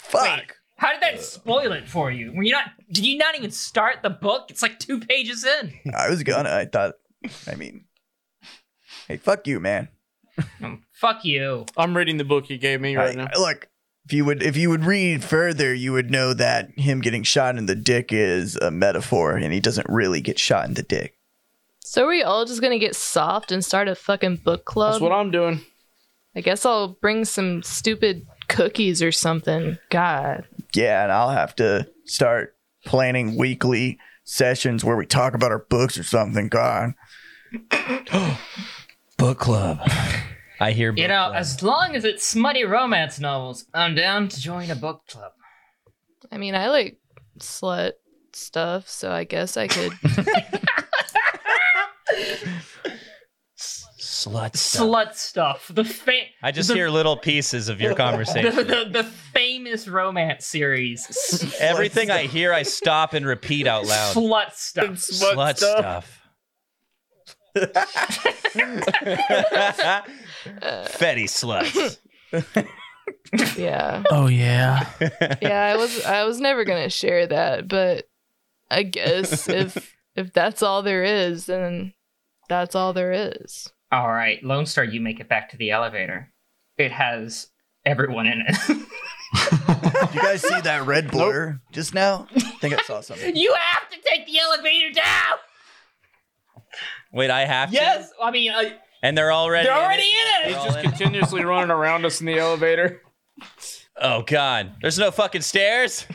Speaker 5: Fuck.
Speaker 1: How did
Speaker 5: Uh,
Speaker 1: that spoil it for you? Were you not? Did you not even start the book? It's like two pages in.
Speaker 5: I was gonna. I thought. I mean, hey, fuck you, man.
Speaker 1: Oh, fuck you.
Speaker 2: I'm reading the book you gave me right
Speaker 5: I-
Speaker 2: now.
Speaker 5: I- look, if you would, if you would read further, you would know that him getting shot in the dick is a metaphor, and he doesn't really get shot in the dick.
Speaker 7: So are we all just gonna get soft and start a fucking book club?
Speaker 2: That's what I'm doing.
Speaker 7: I guess I'll bring some stupid cookies or something. God.
Speaker 5: Yeah, and I'll have to start planning weekly sessions where we talk about our books or something. God,
Speaker 4: Book club. I hear book
Speaker 1: You know,
Speaker 4: club.
Speaker 1: as long as it's smutty romance novels, I'm down to join a book club.
Speaker 7: I mean, I like slut stuff, so I guess I could.
Speaker 4: slut stuff.
Speaker 1: Slut stuff. The fa-
Speaker 4: I just
Speaker 1: the,
Speaker 4: hear little pieces of your
Speaker 1: the,
Speaker 4: conversation.
Speaker 1: the, the famous romance series. S-
Speaker 4: Everything I hear, I stop and repeat out loud.
Speaker 1: Slut stuff.
Speaker 4: Slut, stuff. Fetty sluts.
Speaker 7: yeah,
Speaker 2: Oh yeah.
Speaker 7: yeah. I was I was never gonna share that, but I guess if if that's all there is, then that's all there is.
Speaker 1: All right, Lone Star, you make it back to the elevator. It has everyone in it.
Speaker 5: Did you guys see that red blur just now? I think I saw something.
Speaker 1: you have to take the elevator down.
Speaker 4: Wait, I have to.
Speaker 1: Yes, I mean uh,
Speaker 4: And they're already.
Speaker 1: they're
Speaker 4: in it?
Speaker 1: already in
Speaker 2: He's
Speaker 1: it.
Speaker 4: They're all
Speaker 2: just
Speaker 4: in it.
Speaker 2: continuously running around us in the elevator.
Speaker 4: Oh God! There's no fucking stairs.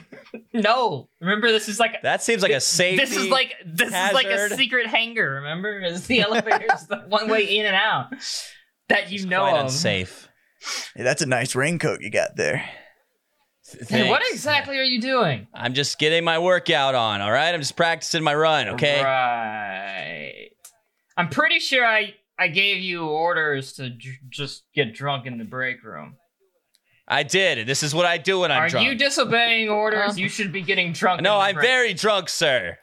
Speaker 1: No, remember this is like
Speaker 4: That seems like a safety.
Speaker 1: this is like this is like
Speaker 4: hazard.
Speaker 1: a secret hangar. Remember, is the elevator's the one way in and out that you
Speaker 4: It's
Speaker 1: know
Speaker 4: quite
Speaker 1: of.
Speaker 4: unsafe.
Speaker 5: Hey, that's a nice raincoat you got there.
Speaker 4: Th-
Speaker 1: Hey, what
Speaker 4: thanks.
Speaker 1: exactly are you doing?
Speaker 4: I'm just getting my workout on, all right? I'm just practicing my run, okay?
Speaker 1: Right. I'm pretty sure I I gave you orders to j- just get drunk in the break room.
Speaker 4: I did. This is what I do when I'm
Speaker 1: are
Speaker 4: drunk.
Speaker 1: you disobeying orders?
Speaker 4: Uh-huh.
Speaker 7: Uh.
Speaker 1: you should be getting drunk. in
Speaker 4: no,
Speaker 1: the
Speaker 4: I'm
Speaker 1: break.
Speaker 4: very drunk, sir.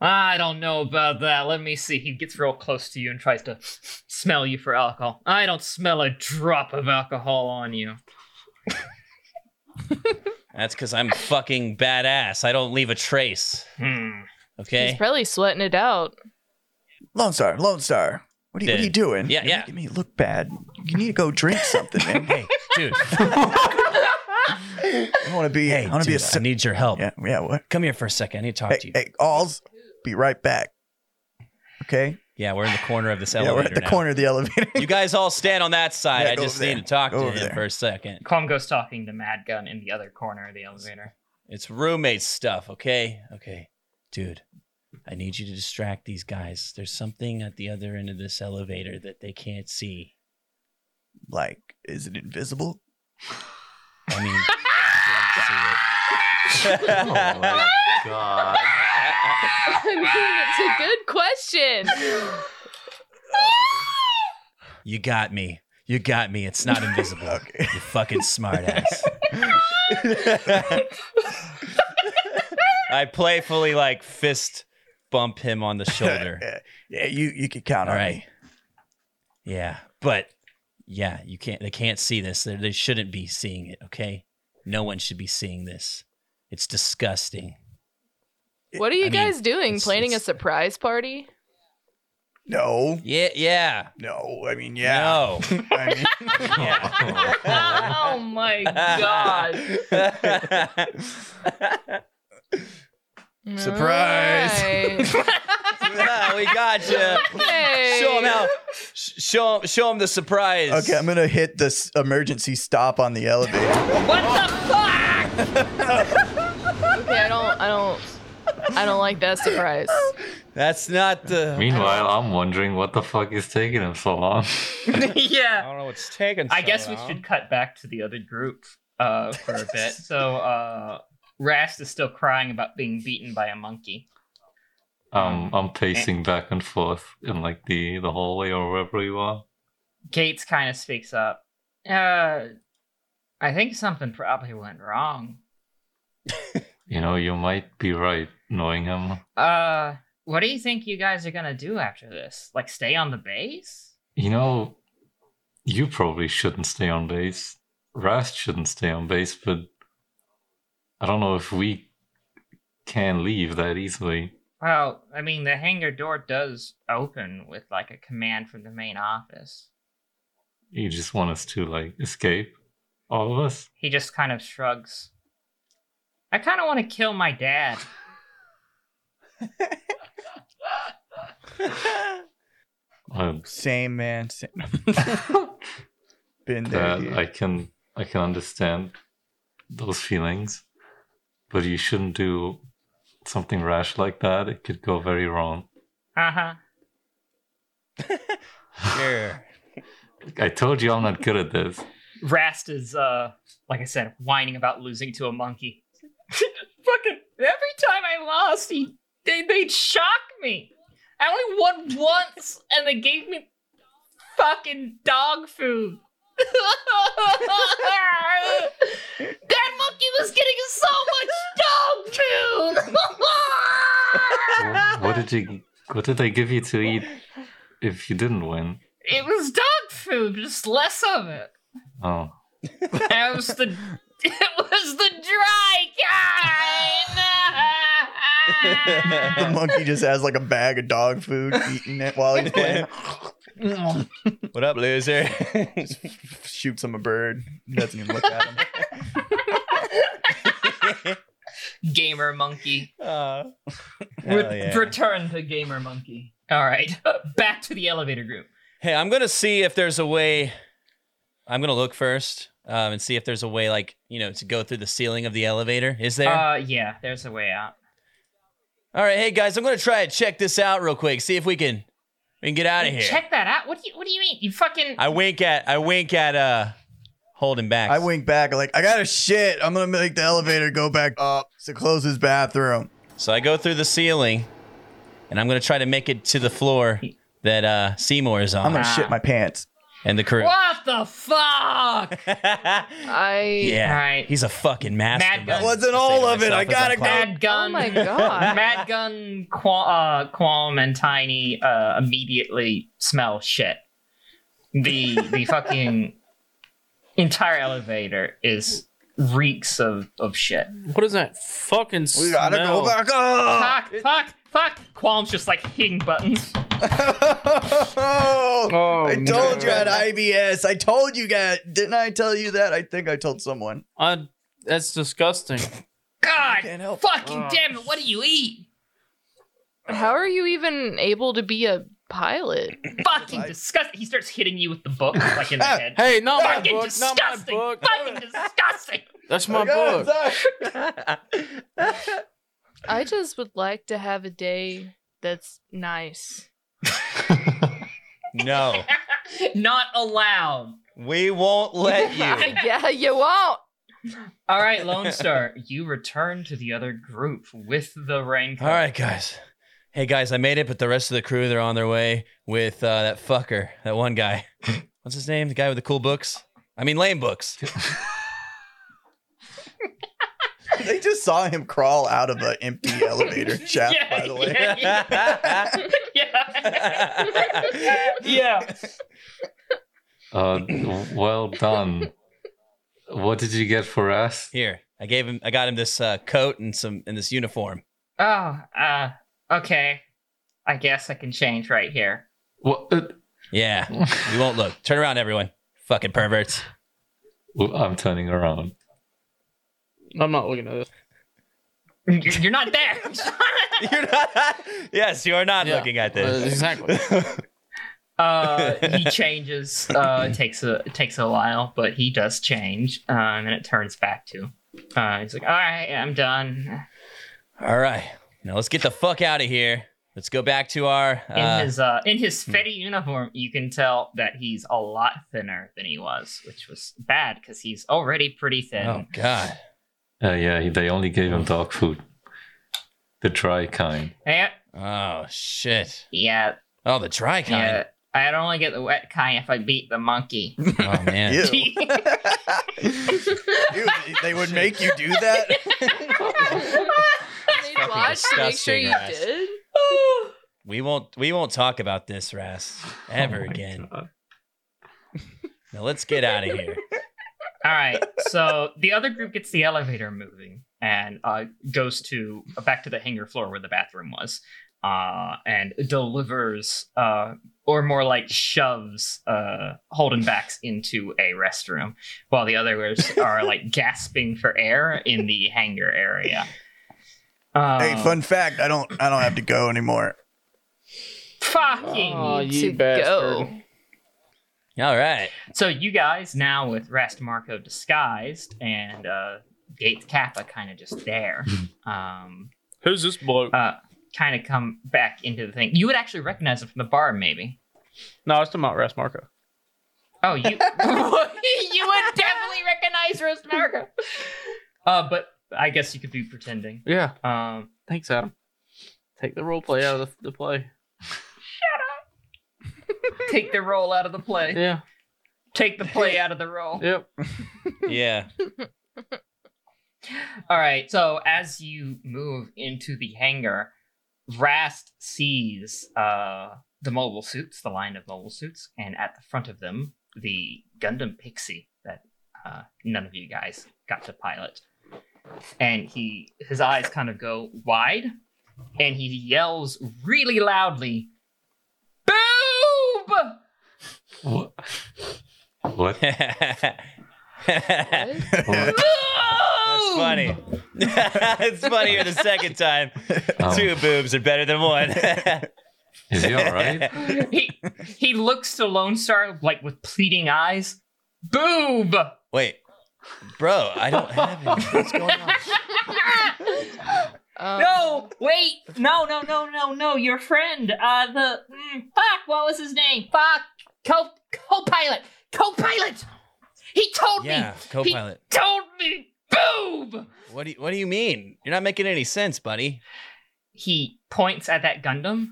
Speaker 1: I don't know about that. Let me see. He gets real close to you and tries to smell you for alcohol. I don't smell a drop of alcohol on you.
Speaker 4: That's because I'm fucking badass. I don't leave a trace,
Speaker 1: Hmm.
Speaker 7: He's
Speaker 2: Eh.
Speaker 4: okay?
Speaker 7: probably sweating it out.
Speaker 5: Lone Star, Lone Star. What are you, what are you
Speaker 4: Dude.
Speaker 5: doing?
Speaker 4: Yeah,
Speaker 5: You're
Speaker 4: yeah.
Speaker 5: making me look bad. You need to go drink something, man.
Speaker 4: hey, dude.
Speaker 5: I want to be.
Speaker 4: Hey,
Speaker 5: I want to be a.
Speaker 4: dude, I
Speaker 5: Sip-
Speaker 4: need your help.
Speaker 5: yeah, yeah. What?
Speaker 4: Come here for a second. I need to talk
Speaker 5: Hey,
Speaker 4: to you.
Speaker 5: hey, alls. Be right back. Okay.
Speaker 4: Yeah, we're in the corner of this
Speaker 5: yeah,
Speaker 4: elevator.
Speaker 5: we're at the
Speaker 4: now.
Speaker 5: corner of the elevator.
Speaker 4: You guys all stand on that side.
Speaker 5: Yeah,
Speaker 4: I
Speaker 5: go
Speaker 4: just
Speaker 5: over
Speaker 4: need
Speaker 5: there.
Speaker 4: to talk
Speaker 5: Go
Speaker 4: to
Speaker 5: over
Speaker 4: him
Speaker 5: there.
Speaker 4: for a second.
Speaker 1: Calm goes talking to Mad Gun in the other corner of the elevator.
Speaker 4: It's roommate stuff, okay? Okay. Dude, I need you to distract these guys. There's something at the other end of this elevator that they can't see.
Speaker 5: like, is it invisible?
Speaker 4: I mean, they
Speaker 3: Oh my god.
Speaker 7: I mean, it's a good question.
Speaker 4: can't see it. You got me. You got me. It's not invisible.
Speaker 5: Okay.
Speaker 4: You fucking smartass. I playfully like fist bump him on the shoulder.
Speaker 5: yeah, yeah, you you can count
Speaker 4: All
Speaker 5: on
Speaker 4: right.
Speaker 5: me.
Speaker 4: Yeah, but yeah, you can't. They can't see this. They, they shouldn't be seeing it. Okay, no one should be seeing this. It's disgusting.
Speaker 7: What are you
Speaker 4: I mean,
Speaker 7: guys doing?
Speaker 4: it's-
Speaker 7: Planning a
Speaker 4: it's-
Speaker 7: surprise party?
Speaker 5: No,
Speaker 4: Yeah, yeah,
Speaker 5: no. I mean, yeah.
Speaker 4: yeah. No.
Speaker 5: I mean,
Speaker 7: oh my god.
Speaker 5: Surprise.
Speaker 7: Alright.
Speaker 4: Yeah, we got you.
Speaker 7: Hey.
Speaker 4: Show him how. sh- Show him. Show him the surprise.
Speaker 5: okay, I'm gonna hit this emergency stop on the elevator.
Speaker 1: What the fuck?
Speaker 7: Okay, I don't I don't I don't like that surprise.
Speaker 4: That's not the.
Speaker 3: Meanwhile, I'm wondering what the fuck is taking him so long.
Speaker 1: yeah.
Speaker 4: don't know what's taking.
Speaker 1: I guess we should cut back to the other group uh, for a bit. so uh, Rast is still crying about being beaten by a monkey.
Speaker 3: Um, I'm pacing back and forth in like the the hallway or wherever you are.
Speaker 1: Gates kind of speaks up. Uh, I think something probably went wrong.
Speaker 3: You know, you might be right, knowing him.
Speaker 1: Uh, what do you think you guys are gonna do after this? Like, stay on the base?
Speaker 3: You know, you probably shouldn't stay on base. Rast shouldn't stay on base, but I don't know if we can leave that easily.
Speaker 1: Well, I mean, the hangar door does open with like a command from the main office.
Speaker 3: You just want us to like escape, all of us.
Speaker 1: He just kind of shrugs. I kind of want to kill my dad.
Speaker 3: Uh,
Speaker 5: Same man. Same. Been there.
Speaker 3: that
Speaker 5: dude.
Speaker 3: I can I can understand those feelings, but you shouldn't do something rash like that. It could go very wrong.
Speaker 1: Uh huh.
Speaker 4: Sure.
Speaker 3: I told you I'm not good at this.
Speaker 1: Rast is, uh, like I said, whining about losing to a monkey. Fucking every time I lost, he they they'd shock me. I only won once, and they gave me fucking dog food. that monkey was getting so much dog food.
Speaker 3: Wh- what did you? What did they give you to eat? If you didn't win,
Speaker 1: it was dog food, just less of it.
Speaker 3: oh,
Speaker 1: That was the. It was the dry
Speaker 5: the
Speaker 1: kind.
Speaker 5: monkey just has like a bag of dog food, eating it while he's playing.
Speaker 4: What up, loser?
Speaker 5: Shoots him a bird. Doesn't even look at him.
Speaker 1: gamer monkey.
Speaker 4: uh,
Speaker 1: Re- Return to gamer monkey. All right, back to the elevator group.
Speaker 4: Hey, I'm gonna see if there's a way. I'm gonna look first um, and see if there's a way, like you know, to go through the ceiling of the elevator. Is there?
Speaker 1: Uh, yeah, there's a way out.
Speaker 4: All right, hey guys, I'm gonna try to check this out real quick. See if we can we can get out of here.
Speaker 1: Check that out. What do you What do you mean? You fucking
Speaker 4: I wink at I wink at uh holding back.
Speaker 5: I wink back, like, I gotta shit. I'm gonna make the elevator go back up to close his bathroom.
Speaker 4: So I go through the ceiling, and I'm gonna try to make it to the floor that uh, Seymour is
Speaker 5: I'm
Speaker 4: on
Speaker 5: gonna shit my pants.
Speaker 4: and the crew.
Speaker 1: What the fuck?
Speaker 7: I
Speaker 4: Yeah,
Speaker 1: Alright.
Speaker 4: he's a fucking master.
Speaker 1: Mad
Speaker 4: bud.
Speaker 1: gun.
Speaker 5: Wasn't
Speaker 4: I say
Speaker 5: all
Speaker 4: to
Speaker 5: of it.
Speaker 4: myself
Speaker 5: I
Speaker 4: as
Speaker 5: gotta
Speaker 4: climb.
Speaker 1: Mad gun.
Speaker 7: Oh my god.
Speaker 1: Mad Gun, Qual- uh, Qualm, and Tiny uh, immediately smell shit. The the fucking entire elevator is reeks of, of shit.
Speaker 2: What is that fucking
Speaker 5: We gotta
Speaker 2: smell?
Speaker 5: go back up.
Speaker 1: Fuck, fuck, fuck. Qualm's just like hitting buttons.
Speaker 2: Oh,
Speaker 5: I told you
Speaker 2: no.
Speaker 5: I had IBS. I told you guys. Didn't I tell you that? I think I told someone.
Speaker 2: I, that's disgusting.
Speaker 1: God,
Speaker 5: Can't help.
Speaker 1: fucking damn it! What do you eat?
Speaker 7: How are you even able to be a pilot?
Speaker 1: Fucking disgusting. He starts hitting you with the book like in the head.
Speaker 2: Hey, not my
Speaker 1: fucking
Speaker 2: book, not my
Speaker 1: disgusting.
Speaker 2: book.
Speaker 1: Fucking disgusting.
Speaker 2: That's my
Speaker 5: I got
Speaker 2: book.
Speaker 5: it.
Speaker 7: I just would like to have a day that's nice.
Speaker 4: No,
Speaker 1: Not allowed.
Speaker 4: we won't let you.
Speaker 7: yeah, you won't.
Speaker 1: All right, Lone Star, you return to the other group with the rank.
Speaker 4: All right, guys. Hey, guys, I made it, but the rest of the crew, they're on their way with uh, that fucker, that one guy. What's his name? The guy with the cool books? I mean, lame books.
Speaker 5: They just saw him crawl out of an empty elevator shaft,
Speaker 1: Yeah,
Speaker 5: by the way.
Speaker 1: yeah, yeah. yeah. yeah.
Speaker 3: Uh, well done. What did you get for us?
Speaker 4: Here, I gave him, I got him this uh, coat and some, and this uniform.
Speaker 1: Oh, uh, okay. I guess I can change right here.
Speaker 3: What? uh,
Speaker 4: Yeah, we won't look. Turn around, everyone. Fucking perverts.
Speaker 3: oh, I'm turning around.
Speaker 2: I'm not looking at this.
Speaker 1: You're, you're not there.
Speaker 4: You're not, yes, you are not
Speaker 2: Yeah.
Speaker 4: looking at
Speaker 2: Uh,
Speaker 4: this.
Speaker 2: exactly.
Speaker 1: uh, he changes. Uh, it takes a it takes a while, but he does change, uh, and then it turns back to. Uh, he's like, all right, I'm done.
Speaker 4: All right, now let's get the fuck out of here. Let's go back to our.
Speaker 1: In
Speaker 4: Uh,
Speaker 1: his uh, in his fitty uniform, you can tell that he's a lot thinner than he was, which was bad because he's already pretty thin.
Speaker 4: oh God.
Speaker 3: Uh, yeah, he- they only gave him dog food, the dry kind.
Speaker 1: Yeah,
Speaker 4: Oh shit.
Speaker 1: yeah,
Speaker 4: Oh, the dry
Speaker 1: yeah.
Speaker 4: kind.
Speaker 1: I'd only get the wet kind if I beat the monkey.
Speaker 4: Oh man.
Speaker 5: Ew. Ew, they- they would make you do that?
Speaker 7: They watch to make sure
Speaker 4: disgusting,
Speaker 7: you
Speaker 4: Raz.
Speaker 7: did.
Speaker 4: We won't we won't talk about this, Ras, ever again. Now let's get out of here.
Speaker 1: All right. So the other group gets the elevator moving and uh, goes to uh, back to the hangar floor where the bathroom was, uh, and delivers, uh, or more like shoves, uh, Holden backs into a restroom, while the others are like gasping for air in the hangar area. Uh,
Speaker 3: Um,
Speaker 5: hey, fun fact, I don't I don't have to go anymore.
Speaker 1: Um, Fucking
Speaker 2: Oh,
Speaker 7: to
Speaker 2: you bastard.
Speaker 7: go.
Speaker 4: All right.
Speaker 1: So you guys now with Rast Marco disguised and uh, Gates Kappa kind of just there, um,
Speaker 2: Who's this bloke?
Speaker 1: uh, kind of come back into the thing. You would actually recognize him from the bar, maybe.
Speaker 2: no, it's about Ras Marco.
Speaker 1: Oh, you you would definitely recognize Rast Marco. Uh, but I guess you could be pretending.
Speaker 2: Yeah.
Speaker 1: Um,
Speaker 2: Thanks, Adam. Take the role play out of the, the play.
Speaker 1: take the role out of the play.
Speaker 2: Yeah.
Speaker 1: Take the play out of the role.
Speaker 2: Yep.
Speaker 4: Yeah.
Speaker 1: All right. So as you move into the hangar, Rast sees uh, the mobile suits, the line of mobile suits, and at the front of them, the Gundam Pixie that uh, none of you guys got to pilot. And he, his eyes kind of go wide, and he yells really loudly, "Boob!"
Speaker 3: What? What?
Speaker 4: That's
Speaker 3: What?
Speaker 1: That's
Speaker 4: funny. it's funnier the second time.
Speaker 3: Um,
Speaker 4: Two boobs are better than one.
Speaker 3: is he all right?
Speaker 1: he he looks to Lone Star like with pleading eyes. Boob!
Speaker 4: Wait. Bro, I don't have it. What's going on?
Speaker 7: Um,
Speaker 1: No, wait! No, no, no, no, no! Your friend, uh, the mm, fuck. What was his name? Fuck, co co-pilot, co-pilot. He told
Speaker 4: Yeah,
Speaker 1: me.
Speaker 4: co-pilot.
Speaker 1: He told me. Boom.
Speaker 4: What do you, What do you mean? You're not making any sense, buddy.
Speaker 1: He points at that Gundam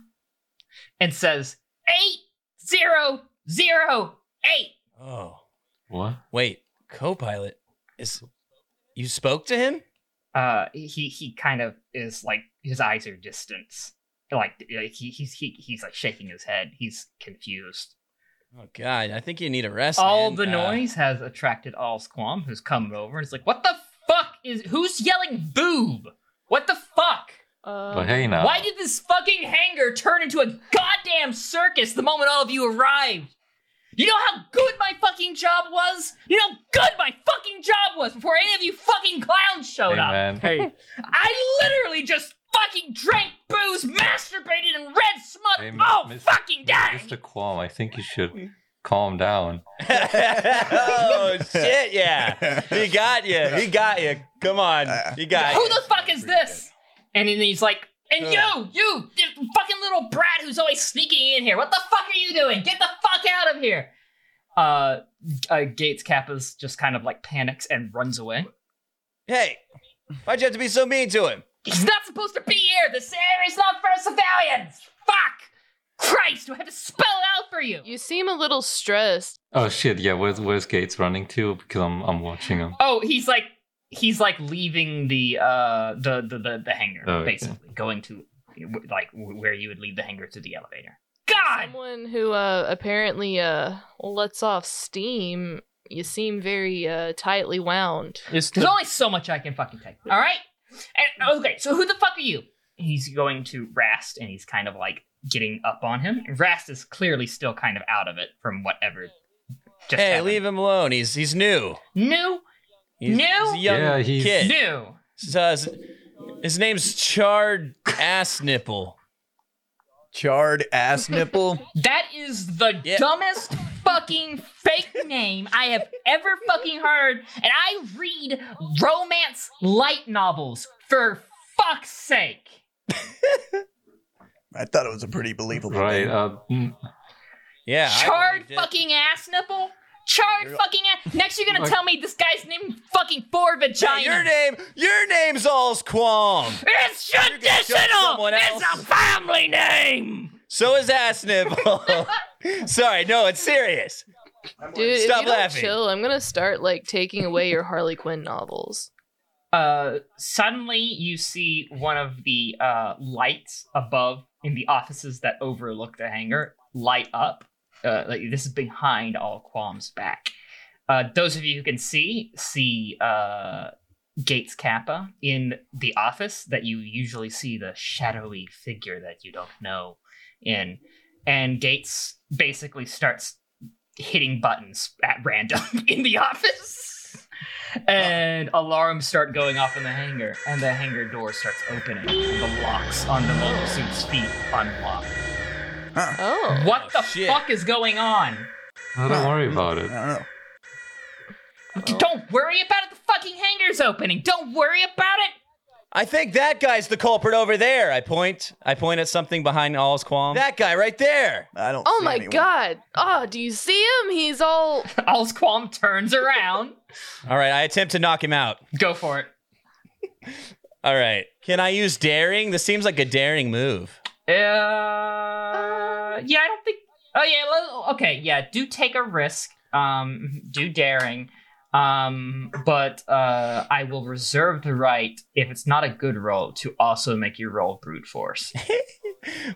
Speaker 1: and says, eight zero zero eight.
Speaker 4: Oh,
Speaker 3: What?
Speaker 4: wait, co-pilot is. You spoke to him?
Speaker 1: Uh, he he kind of is like his eyes are distant. Like, like he, he's he, he's like shaking his head. He's confused.
Speaker 4: Oh God, I think you need a rest.
Speaker 1: all
Speaker 4: man.
Speaker 1: the
Speaker 4: Uh,
Speaker 1: noise has attracted all Squam, who's come over and is like, "What the fuck is? Who's yelling boob? What the fuck?
Speaker 7: Uh,
Speaker 3: But hey now.
Speaker 1: Why did this fucking hangar turn into a goddamn circus the moment all of you arrived? You know how good my fucking job was? You know how good my fucking job was before any of you fucking clowns showed
Speaker 3: hey,
Speaker 1: up?
Speaker 3: man.
Speaker 2: Hey,
Speaker 1: I literally just fucking drank booze, masturbated, and read smut
Speaker 3: Hey, m-
Speaker 1: all
Speaker 3: miss-
Speaker 1: fucking day!
Speaker 3: Mr. Qualm, I think you should calm down.
Speaker 4: oh shit! Yeah, he got you. He got you. Come on,
Speaker 9: Uh,
Speaker 4: you got.
Speaker 1: Who
Speaker 4: you.
Speaker 1: the fuck is this? And then he's like, and you, you, you fucking little brat who's always sneaking in here. What the fuck are you doing? Get the fuck out of here. Uh, uh Gates Kappa's just kind of like panics and runs away.
Speaker 4: Hey, why'd you have to be so mean to him?
Speaker 1: He's not supposed to be here. This area's not for civilians. Fuck. Christ, do I have to spell it out for you?
Speaker 7: you seem a little stressed.
Speaker 3: Oh shit, yeah, where's where's Gates running to? Because I'm I'm watching him.
Speaker 1: Oh, he's like he's like leaving the uh the the the, the hangar
Speaker 3: Oh, okay.
Speaker 1: basically, going to like where you would lead the hangar to the elevator. God.
Speaker 7: Someone who uh, apparently uh, lets off steam. You seem very uh, tightly wound.
Speaker 2: it's
Speaker 1: There's
Speaker 2: the,
Speaker 1: only so much I can fucking take. All right. And, okay. So who the fuck are you? He's going to Rast, and he's kind of like getting up on him. And Rast is clearly still kind of out of it from whatever. Just
Speaker 4: hey,
Speaker 1: happened.
Speaker 4: leave him alone. He's he's new.
Speaker 1: New,
Speaker 4: He's,
Speaker 1: No.
Speaker 4: he's a young
Speaker 3: Yeah, he's-
Speaker 4: kid.
Speaker 1: new.
Speaker 4: His, uh, his- his name's Charred Ass Nipple.
Speaker 9: Charred ass nipple.
Speaker 1: That is the
Speaker 4: Yeah.
Speaker 1: dumbest fucking fake name I have ever fucking heard. And I read romance light novels for fuck's sake.
Speaker 5: I thought it was a pretty believable
Speaker 3: Right.
Speaker 5: name.
Speaker 3: Uh, mm,
Speaker 4: Yeah. I
Speaker 1: Charred
Speaker 4: believed it.
Speaker 1: fucking ass nipple. Charred fucking ass. Next, you're gonna tell me this guy's name fucking four
Speaker 4: Hey,
Speaker 1: vagina.
Speaker 4: your name, your name's All's Qualm.
Speaker 1: It's
Speaker 4: gonna show
Speaker 1: traditional.
Speaker 4: someone
Speaker 1: It's a
Speaker 4: else.
Speaker 1: family name.
Speaker 4: So is Ass Nipple. Sorry, no, it's serious.
Speaker 7: Dude,
Speaker 4: Stop
Speaker 7: if you don't
Speaker 4: laughing.
Speaker 7: chill, I'm gonna start like taking away your Harley Quinn novels.
Speaker 1: Uh, suddenly you see one of the uh lights above in the offices that overlook the hangar light up. Uh, like this is behind all qualms back. Uh, those of you who can see see uh Gates Kappa in the office that you usually see the shadowy figure that you don't know in, and Gates basically starts hitting buttons at random in the office. And alarms start going off in the hangar, and the hangar door starts opening. And the locks on the mobile suit's feet unlock.
Speaker 7: Oh,
Speaker 1: What the
Speaker 4: shit.
Speaker 1: fuck is going on?
Speaker 3: no, don't worry about
Speaker 5: I
Speaker 3: it.
Speaker 5: don't know.
Speaker 1: Don't worry about it. The fucking hangar's opening. Don't worry about it.
Speaker 4: I think that guy's the culprit over there. I point. I point at something behind All's Qualm. That guy right there.
Speaker 5: I don't.
Speaker 7: oh
Speaker 5: see
Speaker 7: my
Speaker 5: anyone.
Speaker 7: god! Oh, do you see him? He's all
Speaker 1: Allsquam turns around.
Speaker 4: All right, I attempt to knock him out.
Speaker 1: Go for it.
Speaker 4: All right. Can I use daring? This seems like a daring move.
Speaker 1: Uh, yeah, I don't think. Oh yeah, well, okay, yeah. Do take a risk. Um, do daring. Um, but uh, I will reserve the right if it's not a good roll to also make your roll brute force.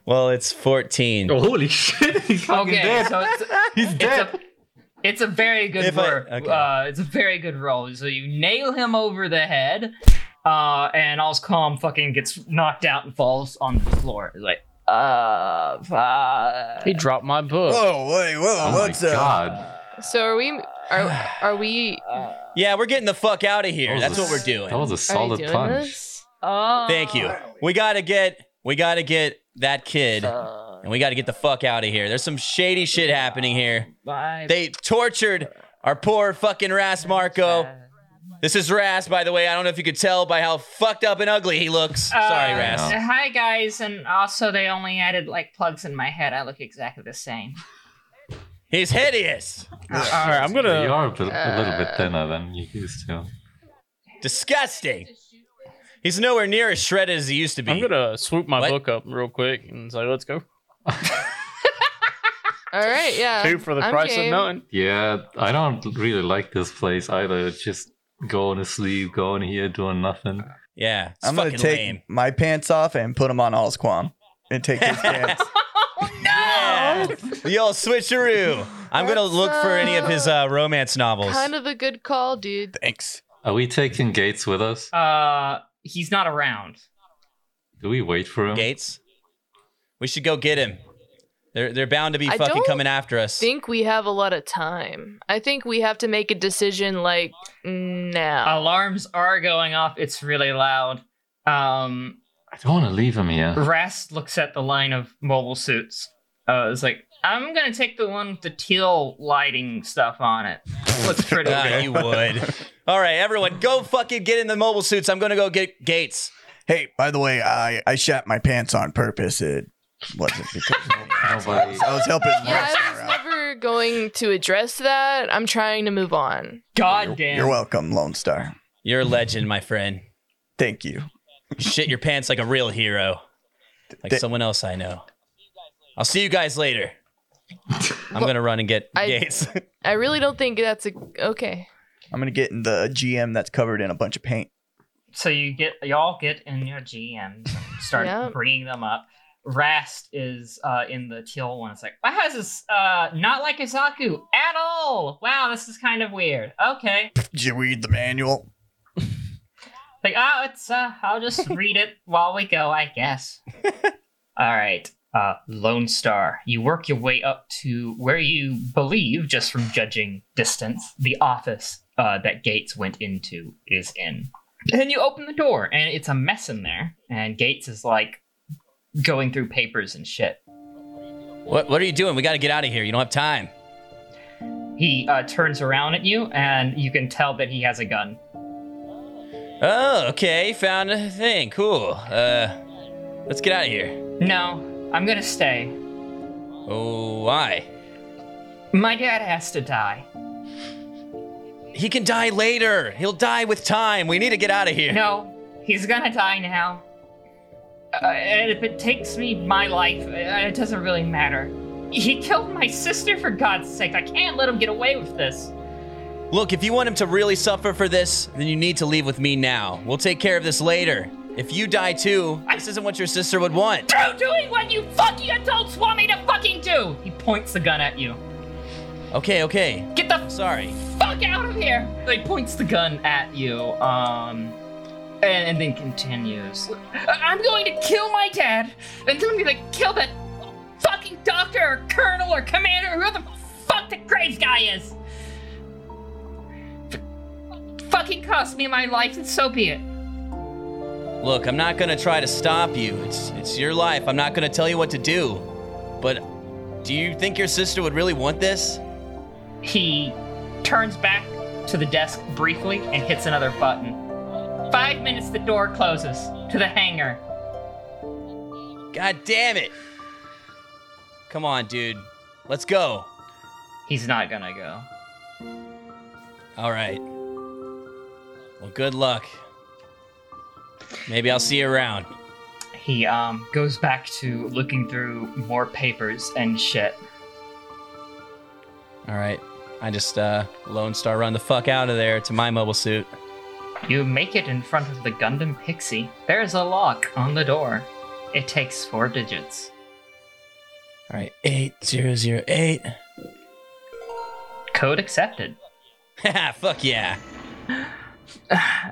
Speaker 4: Well, it's 14.
Speaker 2: Oh,
Speaker 3: holy shit, he's fucking
Speaker 1: Okay,
Speaker 3: dead.
Speaker 1: so it's
Speaker 3: he's
Speaker 1: it's
Speaker 3: dead.
Speaker 1: a, it's a very good
Speaker 4: If I-
Speaker 1: work.
Speaker 4: okay.
Speaker 1: Uh, it's a very good roll. So you nail him over the head, uh, and All's Calm fucking gets knocked out and falls on the floor. It's like, uh, fuck.
Speaker 2: he dropped my book.
Speaker 5: Whoa, wait, whoa,
Speaker 3: Oh
Speaker 5: what's
Speaker 3: my
Speaker 5: up?
Speaker 3: god.
Speaker 7: so. Are we? Are are we?
Speaker 4: Yeah, we're getting the fuck out of
Speaker 3: That
Speaker 4: here.
Speaker 3: was
Speaker 4: That's
Speaker 3: a
Speaker 4: what we're
Speaker 3: s-
Speaker 4: doing.
Speaker 3: That was a
Speaker 7: Are we
Speaker 3: solid
Speaker 7: doing
Speaker 3: punch.
Speaker 7: this?
Speaker 1: Oh.
Speaker 4: Thank you. We gotta get we gotta get that kid
Speaker 1: Oh.
Speaker 4: and we gotta get the fuck out of here. There's some shady shit happening here.
Speaker 1: Bye.
Speaker 4: They tortured our poor fucking Ras Marco. This is Ras, by the way. I don't know if you could tell by how fucked up and ugly he looks. Sorry,
Speaker 1: Uh,
Speaker 4: Ras.
Speaker 1: Hi guys, and also they only added like plugs in my head. I look exactly the same.
Speaker 4: He's hideous.
Speaker 2: All right, I'm
Speaker 3: you
Speaker 2: gonna.
Speaker 3: are a, bit, a little bit thinner than you used to.
Speaker 4: Disgusting. He's nowhere near as shredded as he used to be.
Speaker 2: I'm gonna swoop my
Speaker 4: What?
Speaker 2: book up real quick and say, "Let's go."
Speaker 7: All right, yeah.
Speaker 2: Two for the
Speaker 7: Um, I'm
Speaker 2: price
Speaker 7: game.
Speaker 2: of none.
Speaker 3: Yeah, I don't really like this place either. It's just going to sleep, going here, doing nothing.
Speaker 4: Yeah, it's
Speaker 9: I'm gonna
Speaker 4: fucking
Speaker 9: take
Speaker 4: lame.
Speaker 9: my pants off and put them on Allsquam and take his pants.
Speaker 2: Oh.
Speaker 4: Yeah. The old switcheroo. I'm gonna
Speaker 7: That's,
Speaker 4: look for any of his uh, romance novels.
Speaker 7: Kind of a good call, dude.
Speaker 9: Thanks.
Speaker 3: Are we taking Gates with us?
Speaker 1: Uh, he's not around.
Speaker 3: Do we wait for him?
Speaker 4: Gates. We should go get him. They're they're bound to be
Speaker 7: I
Speaker 4: fucking
Speaker 7: don't
Speaker 4: coming after us.
Speaker 7: Think we have a lot of time. I think we have to make a decision like now.
Speaker 1: Alarms are going off. It's really loud. Um,
Speaker 3: I don't want to leave him here.
Speaker 1: Rast looks at the line of mobile suits. Uh, it's like, I'm gonna take the one with the teal lighting stuff on it. Looks pretty
Speaker 4: Ah,
Speaker 1: good.
Speaker 4: you would. All right, everyone, go fucking get in the mobile suits. I'm gonna go get Gates.
Speaker 9: Hey, by the way, I I shat my pants on purpose. It wasn't because
Speaker 3: Nobody.
Speaker 9: I was helping.
Speaker 7: Yeah,
Speaker 9: Rex
Speaker 7: I was
Speaker 9: around.
Speaker 7: never going to address that. I'm trying to move on.
Speaker 1: God damn.
Speaker 9: You're welcome, Lone Star.
Speaker 4: You're a legend, my friend.
Speaker 9: Thank you.
Speaker 4: You shit your pants like a real hero, like
Speaker 9: Th-
Speaker 4: someone else I know. I'll see you guys later. I'm gonna run and get
Speaker 7: I-
Speaker 4: Gates.
Speaker 7: I really don't think that's a okay.
Speaker 9: I'm gonna get in the GM that's covered in a bunch of paint.
Speaker 1: so you get y'all get in your GMs and start
Speaker 7: Yeah.
Speaker 1: bringing them up. Rast is uh, in the teal one. It's like, wow, this is uh, not like Izaku at all. Wow, this is kind of weird. Okay,
Speaker 9: Did you read the manual?
Speaker 1: like, oh, it's. Uh, I'll just read it while we go, I guess. all right, uh, Lone Star. You work your way up to where you believe, just from judging distance, the office uh, that Gates went into is in. And you open the door, and it's a mess in there. And Gates is like going through papers and shit.
Speaker 4: what what are you doing? We gotta get out of here. You don't have time.
Speaker 1: He uh, turns around at you, and you can tell that he has a gun.
Speaker 4: Oh, okay. Found a thing. Cool. Uh, let's get out of here.
Speaker 1: No, I'm gonna stay.
Speaker 4: Oh, why?
Speaker 1: My dad has to die.
Speaker 4: He can die later. He'll die with time. We need to get out of here.
Speaker 1: No, he's gonna die now. Uh, and if it takes me my life, uh, it doesn't really matter. He killed my sister for God's sake. I can't let him get away with this.
Speaker 4: Look, if you want him to really suffer for this, then you need to leave with me now. We'll take care of this later. If you die too, this isn't what your sister would want.
Speaker 1: Through doing what you fucking adults want me to fucking do! He points the gun at you.
Speaker 4: Okay, okay.
Speaker 1: Get the
Speaker 4: Sorry.
Speaker 1: fuck out of here! Like points the gun at you, um, and, and then continues. "I- I'm going to kill my dad, and then I'm gonna kill that fucking doctor or colonel or commander, or whoever the fuck the Graves guy is. F- fucking cost me my life, and so be it.
Speaker 4: Look, I'm not gonna try to stop you. It's it's your life. I'm not gonna tell you what to do. But do you think your sister would really want this?
Speaker 1: He turns back to the desk briefly and hits another button. Five minutes, the door closes to the hangar.
Speaker 4: God damn it! Come on, dude. Let's go.
Speaker 1: He's not gonna go.
Speaker 4: All right. Well, good luck. Maybe I'll see you around.
Speaker 1: He um goes back to looking through more papers and shit.
Speaker 4: All right. I just uh Lone Star run the fuck out of there to my mobile suit.
Speaker 1: You make it in front of the Gundam Pixie. There's a lock on the door. It takes four digits.
Speaker 4: All right. 8008.
Speaker 1: Code accepted.
Speaker 4: Haha, fuck yeah.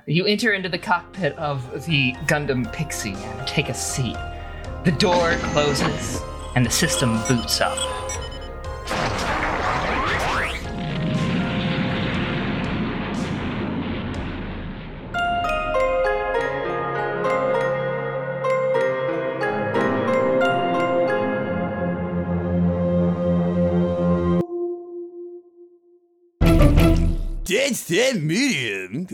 Speaker 1: You enter into the cockpit of the Gundam Pixie and take a seat. The door closes and the system boots up.
Speaker 9: Dead, dead medium.